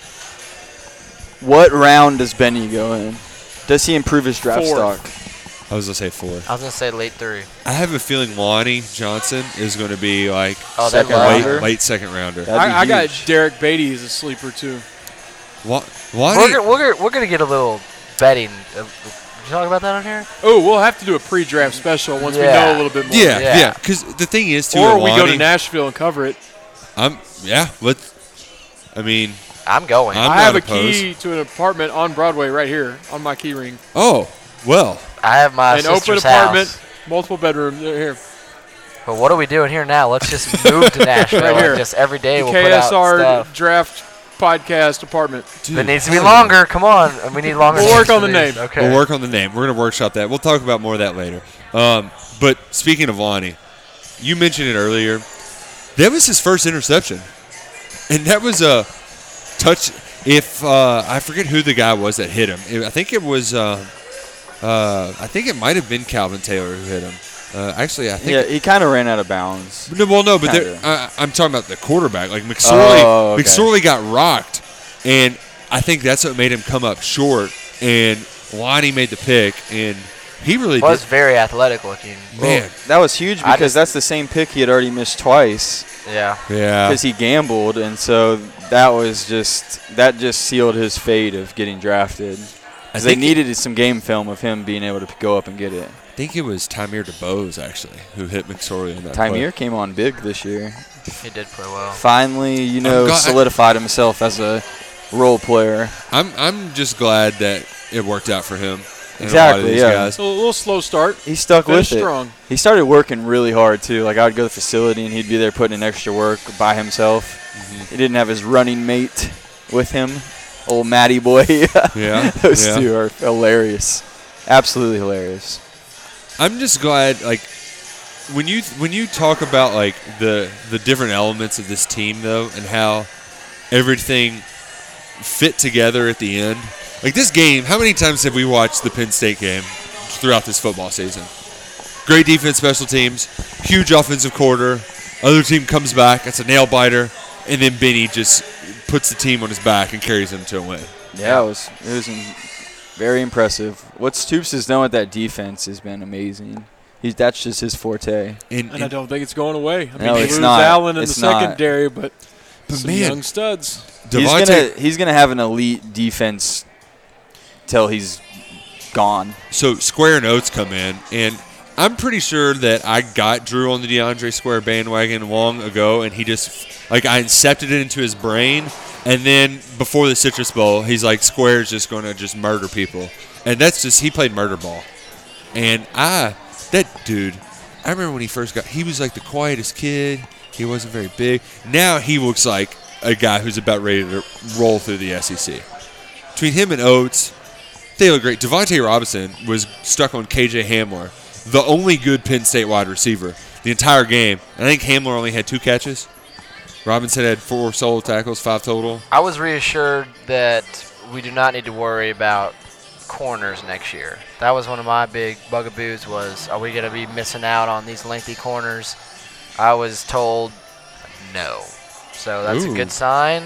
What round does Benny go in? Does he improve his draft Fourth. stock? I was gonna say four. I was gonna say late three. I have a feeling Lonnie Johnson is going to be like Oh, that Second rounder. rounder. late, late second rounder. That'd be I, I got huge. Derek Beatty as a sleeper too. Lon- We're, Lonnie, gonna- we're, gonna- we're gonna get a little betting. Uh, you talk about that on here? Oh, we'll have to do a pre-draft special once Yeah. we know a little bit more. Yeah, Yeah. yeah. Because the thing is, too, Or with we go to Lonnie, Nashville and cover it. I'm yeah. Let's. I mean, I'm going. I'm i have a not opposed. key to an apartment on Broadway right here on my key ring. Oh well. I have my an open sister's apartment, house. multiple bedroom. They're here. But what are we doing here now? Let's just [laughs] move to Nashville. Right and here. Just every day E we'll put out KSR stuff. draft podcast apartment. Dude, That needs to be longer. Come on, we need longer. We'll work names on for the these. name. Okay. We'll work on the name. We're gonna workshop that. We'll talk about more of that later. Um, but speaking of Lonnie, you mentioned it earlier. That was his first interception, and that was a touch. If uh, I forget who the guy was that hit him, It- I think it was. Uh, uh, I think it might have been Calvin Taylor who hit him. Uh, actually, I think Yeah, he kind of ran out of bounds. No, well, no, but Kinda. there- I, I'm talking about the quarterback. Like McSorley, Oh, okay. McSorley got rocked, And I think that's what made him come up short. And Lonnie made the pick, and he really Was did. very athletic looking. Man, Oh, That was huge I because that's the same pick he had already missed twice Yeah. yeah. because he gambled, and so that was just that just sealed his fate of getting drafted. 'Cause they think it- needed some game film of him being able to p- go up and get it. I think it was Timir DeBose actually who hit McSorley on that. play. Timeer came on big this year. He did pretty well. Finally, you know, glad- solidified himself as a role player. I'm I'm just glad that it worked out for him. and Exactly, A lot of these yeah. [laughs] guys. So a little slow start. He stuck Finished with it. strong. He started working really hard too. Like I would go to the facility and he'd be there putting in extra work by himself. Mm-hmm. He didn't have his running mate with him, old Matty boy. [laughs] Yeah, those yeah. two are hilarious, absolutely hilarious. I'm just glad like when you when you talk about like the the different elements of this team though and how everything fit together at the end. Like this game, how many times have we watched the Penn State game throughout this football season? Great defense, special teams, huge offensive quarter. Other team comes back, it's a nail biter, and then Benny just puts the team on his back and carries them to a win. Yeah, it was it was in- very impressive. What Stoops has done with that defense has been amazing. He's that's just his forte. And, And I and don't think it's going away. I mean, No, you it's lose not. Allen in It's the not. secondary, but, but some man, young studs. He's Devontae. gonna he's gonna have an elite defense till he's gone. so Square Notes come in, and I'm pretty sure that I got Drew on the DeAndre Square bandwagon long ago, and he just like I incepted it into his brain, and then before the Citrus Bowl, he's like Square's just going to just murder people, and that's just he played murder ball, and I that dude, I remember when he first got he was like the quietest kid, he wasn't very big. Now he looks like a guy who's about ready to roll through the SEC. Between him and Oates, they look great. Devontae Robinson was stuck on KJ Hamler, the only good Penn State wide receiver the entire game. And I think Hamler only had two catches. Robinson had four solo tackles, five total. I was reassured that we do not need to worry about corners next year. That was one of my big bugaboos was are we going to be missing out on these lengthy corners? I was told no. So that's Ooh. a good sign.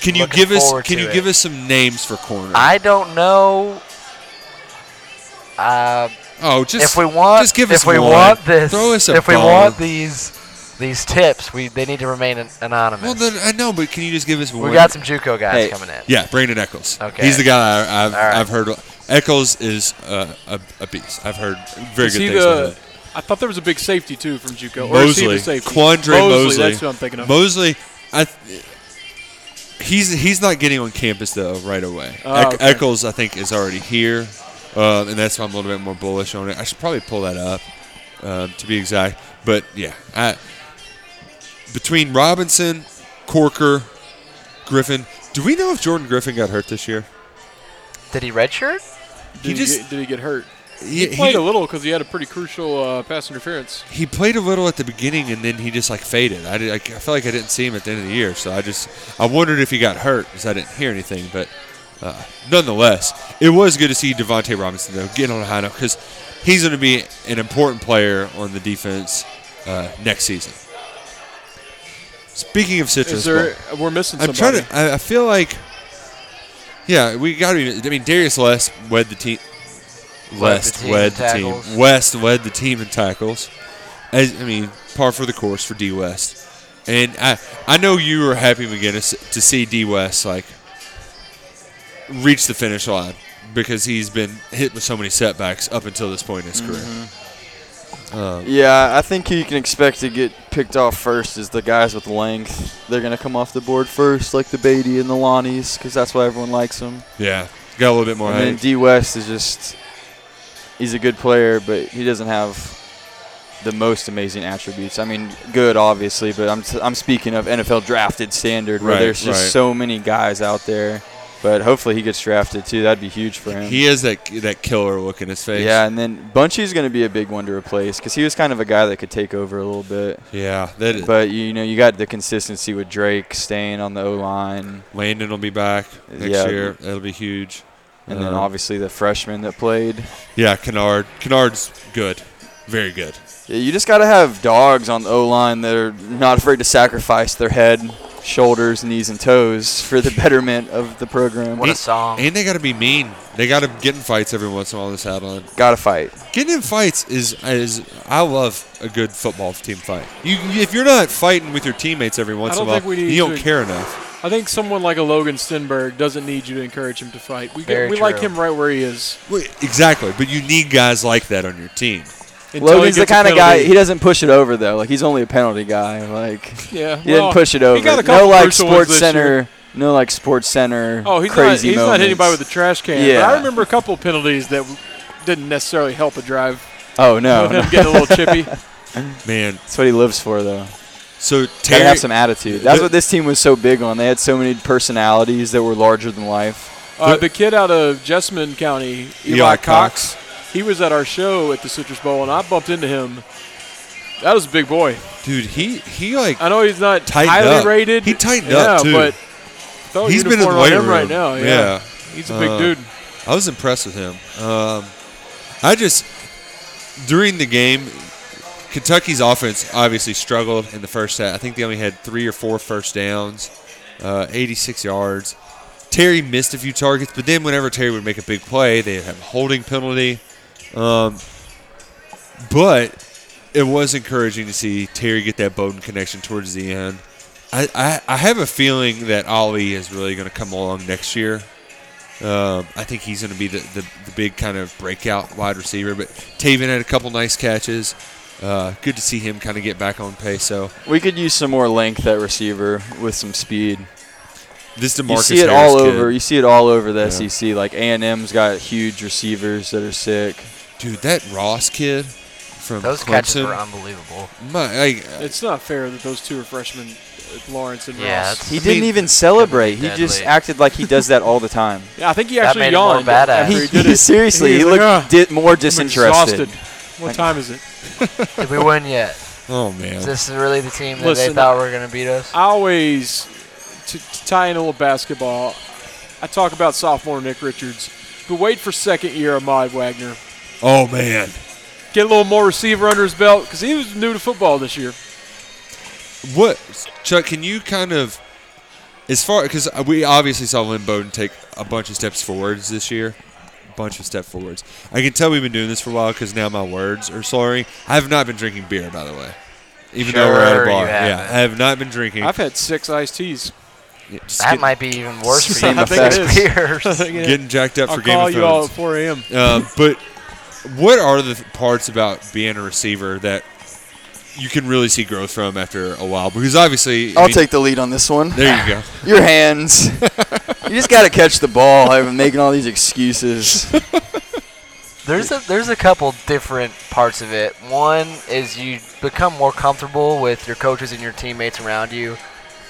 Can you Looking give us forward can to you it. give us some names for corners? I don't know uh, oh, just if we want just give if us we one. want this Throw us a if we bone. want these these tips, we they need to remain an- anonymous. Well, then I know, but can you just give us one? we got some JUCO guys Hey. coming in. Yeah, Brandon Eccles. Okay. he's the guy I, I've All right. I've heard. Eccles is uh, a, a beast. I've heard very Is good he things. about him. the? I thought there was a big safety too from JUCO. Or is he Mosley, the safety? Quandre Mosley. That's who I'm thinking of. Mosley, I. Th- he's he's not getting on campus though right away. Oh, Eck- okay. Eccles, I think, is already here, uh, and that's why I'm a little bit more bullish on it. I should probably pull that up um, to be exact, but yeah, I, between Robinson, Corker, Griffin. Do we know if Jordan Griffin got hurt this year? Did he redshirt? did, he he just- get, did he get hurt? He, He played he- a little because he had a pretty crucial uh, pass interference. he played a little at the beginning and then he just like faded. I, did, I, I felt like I didn't see him at the end of the year, so I just I wondered if he got hurt because I didn't hear anything. But uh, nonetheless, it was good to see Devonte Robinson though get on a high note because he's going to be an important player on the defense uh, next season. Speaking of citrus, Is there? Bowl, We're missing I'm somebody. trying to. I, I feel like yeah, we got to. I mean, Darius Less led the team. West team led in the tackles. team. West led the team in tackles. As, I mean, par for the course for D West. And I, I know you were happy McGinnis to see D West like reach the finish line because he's been hit with so many setbacks up until this point in his Mm-hmm. career. Yeah, I think you can expect to get picked off first is the guys with length. They're going to come off the board first, like the Beatty and the Lonnies, because that's why everyone likes them. Yeah, got a little bit more. And then height. D West is just, he's a good player, but he doesn't have the most amazing attributes. I mean, good, obviously, but I'm, I'm speaking of NFL drafted standard where Right, there's just right. so many guys out there. But hopefully he gets drafted too. That'd be huge for him. He has that that killer look in his face. yeah, and then Bunchy's going to be a big one to replace because he was kind of a guy that could take over a little bit. yeah. That is, But you know, you got the consistency with Drake staying on the O line, Landon will be back next Yeah. year. That'll be huge. and then Um, obviously the freshman that played. Yeah, Kennard. Kennard's good, very good. Yeah, You just got to have dogs on the O line that are not afraid to sacrifice their head shoulders, knees, and toes for the [laughs] betterment of the program. What a song. And they got to be mean. They got to get in fights every once in a while. This hat on. Gotta fight. Getting in fights is is I love a good football team fight. You if you're not fighting with your teammates every once in a don't while, think we need you don't to- care enough. I think someone like a Logan Stenberg doesn't need you to encourage him to fight. We, Very get, we like true. him right where he is. Wait, exactly, but you need guys like that on your team. until he Logan's the gets a kind of guy. penalty. He doesn't push it over though. Like he's only a penalty guy. Like yeah, he didn't well, push it over. He got a no couple like crucial ones Sports this Center. year. No like Sports Center. Oh, he's crazy not. He's not hitting by with moments. the trash can. But Yeah. I remember a couple penalties that w- didn't necessarily help a drive. Oh no, [laughs] With him no. getting a [laughs] little chippy. Man, that's what he lives for though. so Gotta Terry, have some attitude. That's the- what this team was so big on. They had so many personalities that were larger than life. Uh, the kid out of Jessamine County, Eli, Eli Cox, he was at our show at the Citrus Bowl, and I bumped into him. That was a big boy. dude, he he like I know he's not Tightened highly up. rated. He tightened yeah, up, too. But throw a he's been in the uniform on weight him room right now. Yeah, yeah, he's a big Uh, dude. I was impressed with him. Um, I just during the game, Kentucky's offense obviously struggled in the first half. I think they only had three or four first downs, uh, 86 yards. Terry missed a few targets, but then whenever Terry would make a big play, they'd have a holding penalty. Um, but it was encouraging to see Terry get that Bowden connection towards the end. I, I, I have a feeling that Ollie is really going to come along next year. Um, I think he's going to be the, the, the big kind of breakout wide receiver. But Taven had a couple nice catches. Uh, good to see him kind of get back on pace. So We could use some more length at receiver with some speed. this Demarcus you see it Harris all kid, over. You see it all over the Yeah. SEC. Like A and M's got huge receivers that are sick. dude. That Ross kid from Those catches Clemson. were unbelievable. my, like, It's not fair that those two are freshmen, uh, Lawrence and Yeah, Ross. that's- He I didn't mean, even celebrate. He deadly. just acted like [laughs] he does that all the time. Yeah, I think he That actually made him more yawned badass. after he he, did it. seriously, He he, was looked like, "Ah, di- more I'm disinterested. exhausted. What time is it? Did we win yet? oh Is man, this really the team that Listen, they thought were going to beat us? I always to, to tie in a little basketball. I talk about sophomore Nick Richards, but wait for second year Ahmad Wagner. oh man. Get a little more receiver under his belt because he was new to football this year. What Chuck? Can you kind of as far because we obviously saw Lynn Bowden take a bunch of steps forwards this year, a bunch of step forwards. I can tell we've been doing this for a while because now my words are slurring. I have not been drinking beer, by the way. Even though we're at a Sure you bar, yeah, haven't. I have not been drinking. I've had six iced teas. Yeah, just that get- might be even worse for you Same than effect. those [laughs] beers. getting jacked up I'll for Game call of you all Thrones. at 4 a.m. Uh, but what are the th- parts about being a receiver that you can really see growth from after a while? Because obviously, I I'll mean, take the lead on this [laughs] one. There you go. Your hands. you just gotta catch the ball. I've been making all these excuses. There's a there's a couple different parts of it. One is you become more comfortable with your coaches and your teammates around you.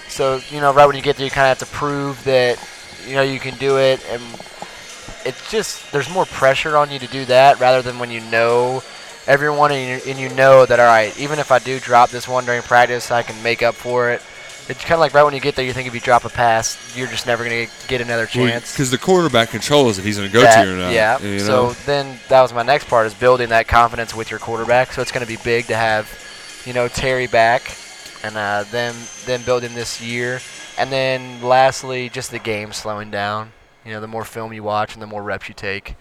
So you know, right when you get there, you kind of have to prove that you know you can do it, and it's just there's more pressure on you to do that rather than when you know everyone and you, and you know that all right, even if I do drop this one during practice, I can make up for it. It's kind of like right when you get there, you think if you drop a pass, you're just never gonna get another chance. Because the quarterback controls if he's going to go that- to or not. Yeah. you So know? then that was my next part is building that confidence with your quarterback. So it's going to be big to have, you know, Terry back, and uh, them them building this year, and then lastly just the game slowing down. You know, the more film you watch and the more reps you take,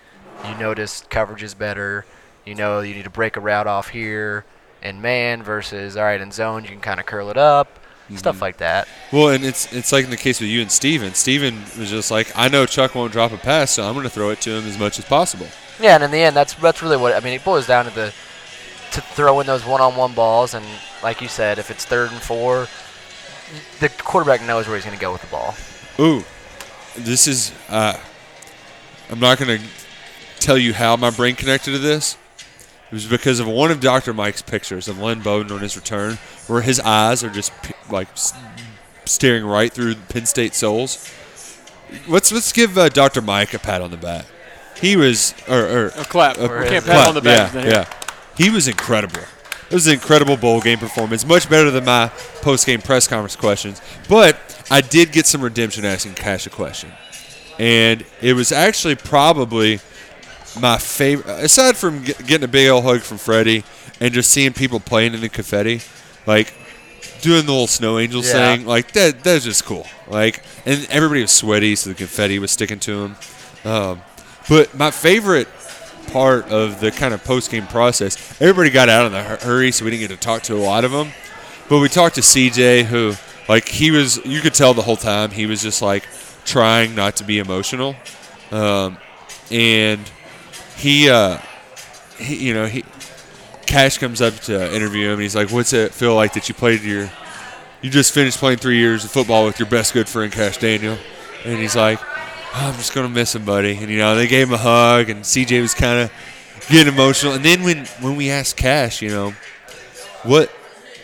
you notice coverage is better. You know, you need to break a route off here in man versus all right in zone. You can kind of curl it up, stuff Mm-hmm. like that. well, and it's it's like in the case with you and Steven. Steven was just like, I know Chuck won't drop a pass, so I'm going to throw it to him as much as possible. Yeah, and in the end, that's that's really what I mean. It boils down to the to throwing those one-on-one balls, and like you said, if it's third and four, the quarterback knows where he's going to go with the ball. Ooh, this is. Uh, I'm not going to tell you how my brain connected to this. It was because of one of Dr. Mike's pictures of Lynn Bowden on his return, where his eyes are just p- like s- staring right through Penn State souls. Let's let's give uh, Dr. Mike a pat on the back. He was, or, or A clap. we is can't it? pat him on the back. Yeah, today. yeah. He was incredible. It was an incredible bowl game performance, much better than my post game press conference questions. But I did get some redemption asking Cash a question. And it was actually probably my favorite, aside from get, getting a big old hug from Freddie and just seeing people playing in the confetti, like doing the little snow angels Yeah. thing, like that, that was just cool. Like, and everybody was sweaty, so the confetti was sticking to them. Um, but my favorite part of the kind of post game process, everybody got out in a hur- hurry, so we didn't get to talk to a lot of them. But we talked to CJ, who, like, he was, you could tell the whole time, he was just like trying not to be emotional. Um, and he, uh, he, you know, he, Cash comes up to interview him, and he's like, "What's it feel like that you played your, you just finished playing three years of football with your best good friend Cash Daniel?" And he's like, "Oh, "I'm just gonna miss him, buddy." And you know, they gave him a hug, and CJ was kind of getting emotional. And then when when we asked Cash, you know, what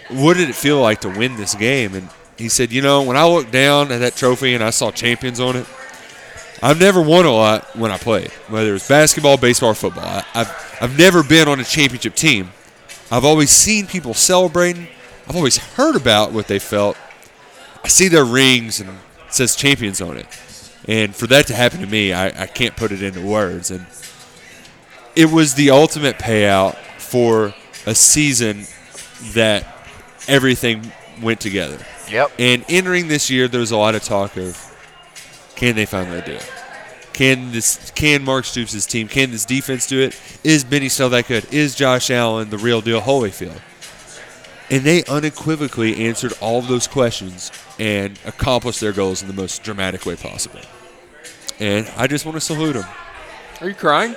what did it feel like to win this game? And he said, "You know, when I looked down at that trophy and I saw champions on it, I've never won a lot when I played, whether it's basketball, baseball, or football. I, I've I've never been on a championship team." I've always seen people celebrating. I've always heard about what they felt. I see their rings and it says champions on it. And for that to happen to me, I, I can't put it into words. And it was the ultimate payout for a season that everything went together. Yep. And entering this year, there was a lot of talk of can they finally do it? Can this can Mark Stoops' team can this defense do it? Is Benny still that good? Is Josh Allen the real deal Holyfield? And they unequivocally answered all of those questions and accomplished their goals in the most dramatic way possible. And I just want to salute them. Are you crying?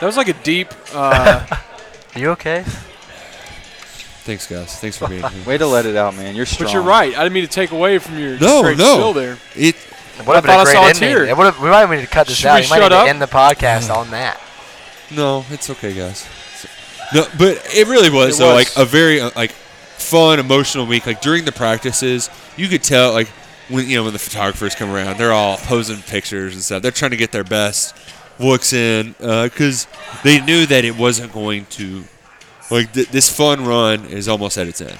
That was like a deep. [laughs] Uh, You okay? Thanks, guys. Thanks for being here. [laughs] Way to let it out, man. You're strong. but you're right. I didn't mean to take away from your No, great no. skill there. It It would have I been thought I a great saw a ending. tear. It would have. We might need to cut this Should out. we We might shut need up? to end the podcast on that. No, it's okay, guys. No, but it really was It though, was. like a very uh, like fun, emotional week. Like during the practices, you could tell like when you know when the photographers come around, they're all posing pictures and stuff. They're trying to get their best looks in because they knew that it wasn't going to like th- this fun run is almost at its end.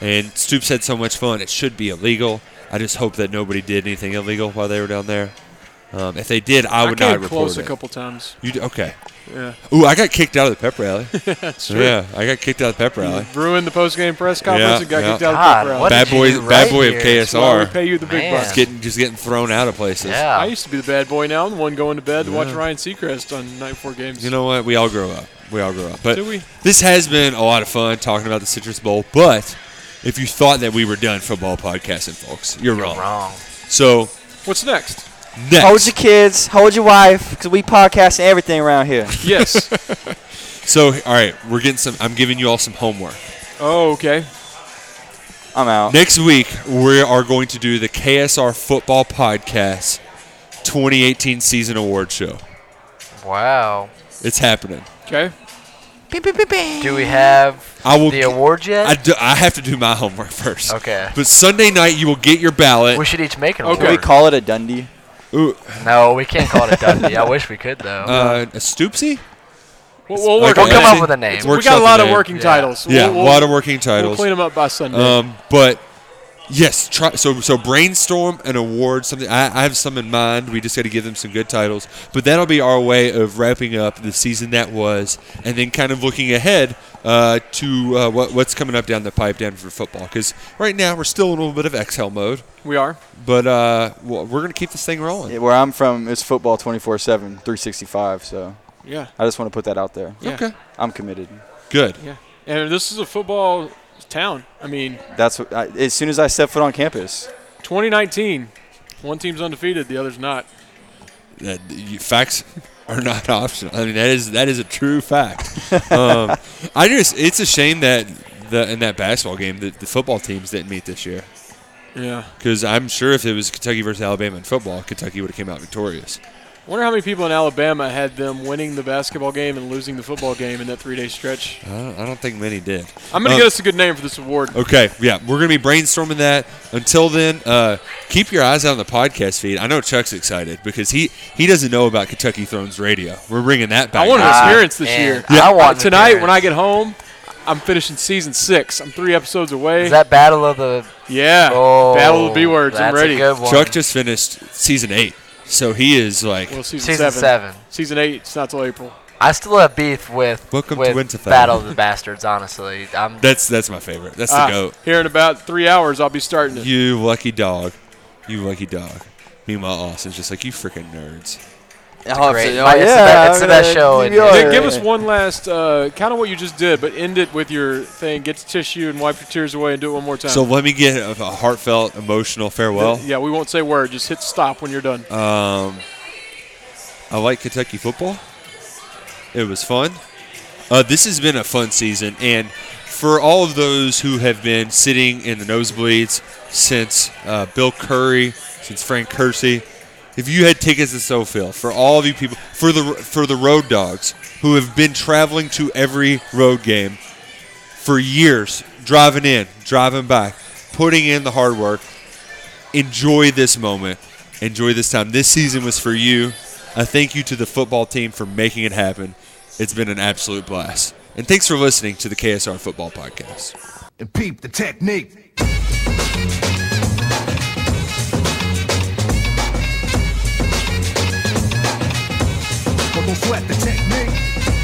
And Stoops had so much fun; it should be illegal. I just hope that nobody did anything illegal while they were down there. Um, if they did, I I, would came not report close it. a couple times. You d- okay? Yeah, Ooh, I got kicked out of the pep [laughs] rally. that's true. yeah, I got kicked out of the pep rally. Ruined the post-game press conference Yeah, and got yeah. kicked out God, of the what crowd. bad did you boy, do bad right boy here? of Why we KSR. pay you the big Man. bucks. Just getting just getting thrown out of places. Yeah. I used to be the bad boy. Now I'm the one going to bed to watch Yeah. Ryan Seacrest on night four games. You know what? We all grow up. We all grow up. But Do we? this has been a lot of fun talking about the Citrus Bowl. But if you thought that we were done football podcasting, folks, you're, wrong. Wrong. Oh, So what's next? next, Hold your kids. Hold your wife. Because we podcasting everything around here. [laughs] Yes. so all right, we're getting some. I'm giving you all some homework. oh, okay. I'm out. [laughs] Next week, we are going to do the KSR Football Podcast 2018 Season Award Show. Wow. It's happening. Okay. Do we have I will the g- award yet? I, do, I have to do my homework first. Okay. But Sunday night, you will get your we ballot. should each make an Okay. Can we award. call it a Dundee? Ooh, no, we can't call it a Dundee. I wish we could though. uh, a Stoopsie? We'll, we'll Like work a We'll on come that. up with a name. It's work- We got Workshop a lot today. of working Yeah. titles. Yeah, we'll, a lot of working titles. We'll clean them up by Sunday. um, but yes, try, so so brainstorm an award. Something I, I have some in mind. We just got to give them some good titles. But that'll be our way of wrapping up the season that was, and then kind of looking ahead uh, to uh, what, what's coming up down the pipe down for football. Because right now we're still in a little bit of exhale mode, we are. but uh, we're gonna keep this thing rolling. Yeah, Where I'm from, it's football 24/7, 365. So Yeah. I just want to put that out there. Yeah. Okay, I'm committed. good. Yeah. And this is a football town. I mean, That's what. I, as soon as I step foot on campus, 2019. One team's undefeated, the other's not. that Uh, you- facts are not [laughs] optional. I mean that is that is a true fact. um, [laughs] I just it's a shame that the in that basketball game that the football teams didn't meet this year Yeah. because I'm sure if it was Kentucky versus Alabama in football, Kentucky would have came out victorious. Wonder how many people in Alabama had them winning the basketball game and losing the football game in that three-day stretch. I don't, I don't think many did. I'm gonna Um, get us a good name for this award. Okay, yeah, we're gonna be brainstorming that. Until then, uh, keep your eyes out on the podcast feed. I know Chuck's excited because he he doesn't know about Kentucky Thrones Radio. We're bringing that back. I want an Ah, experience this man. year. Yeah. I want an tonight when appearance. I get home. I'm finishing season six. I'm three episodes away. Is that Battle of the yeah, Oh? [laughs] battle of the B words. That's I'm ready. A good one. Chuck just finished season eight, so he is like well, season, season seven. Season eight. It's not till April. I still have beef with, Welcome to with Winterfell. Battle of the Bastards, honestly. I'm, That's that's my favorite. That's the Ah, goat. here in about three hours, I'll be starting it. You lucky dog. You lucky dog. Meanwhile, Austin's just like you freaking nerds. Oh, great. it's- My- it's the be- it's the best Oh, yeah, show in- TBR. Nick, give us one last uh, kind of what you just did, but end it with your thing. Get the tissue and wipe your tears away and do it one more time. So let me get a a heartfelt, emotional farewell. yeah, we won't say a word. Just hit stop when you're done. I like Kentucky football. It was fun. Uh, this has been a fun season, and for all of those who have been sitting in the nosebleeds since uh, Bill Curry, since Frank Kersey, if you had tickets to SoFi, for all of you people, for the for the road dogs who have been traveling to every road game for years, driving in, driving back, putting in the hard work, enjoy this moment. Enjoy this time. This season was for you. I thank you to the football team for making it happen. It's been an absolute blast. And thanks for listening to the KSR Football Podcast. and peep the technique. But don't sweat the technique.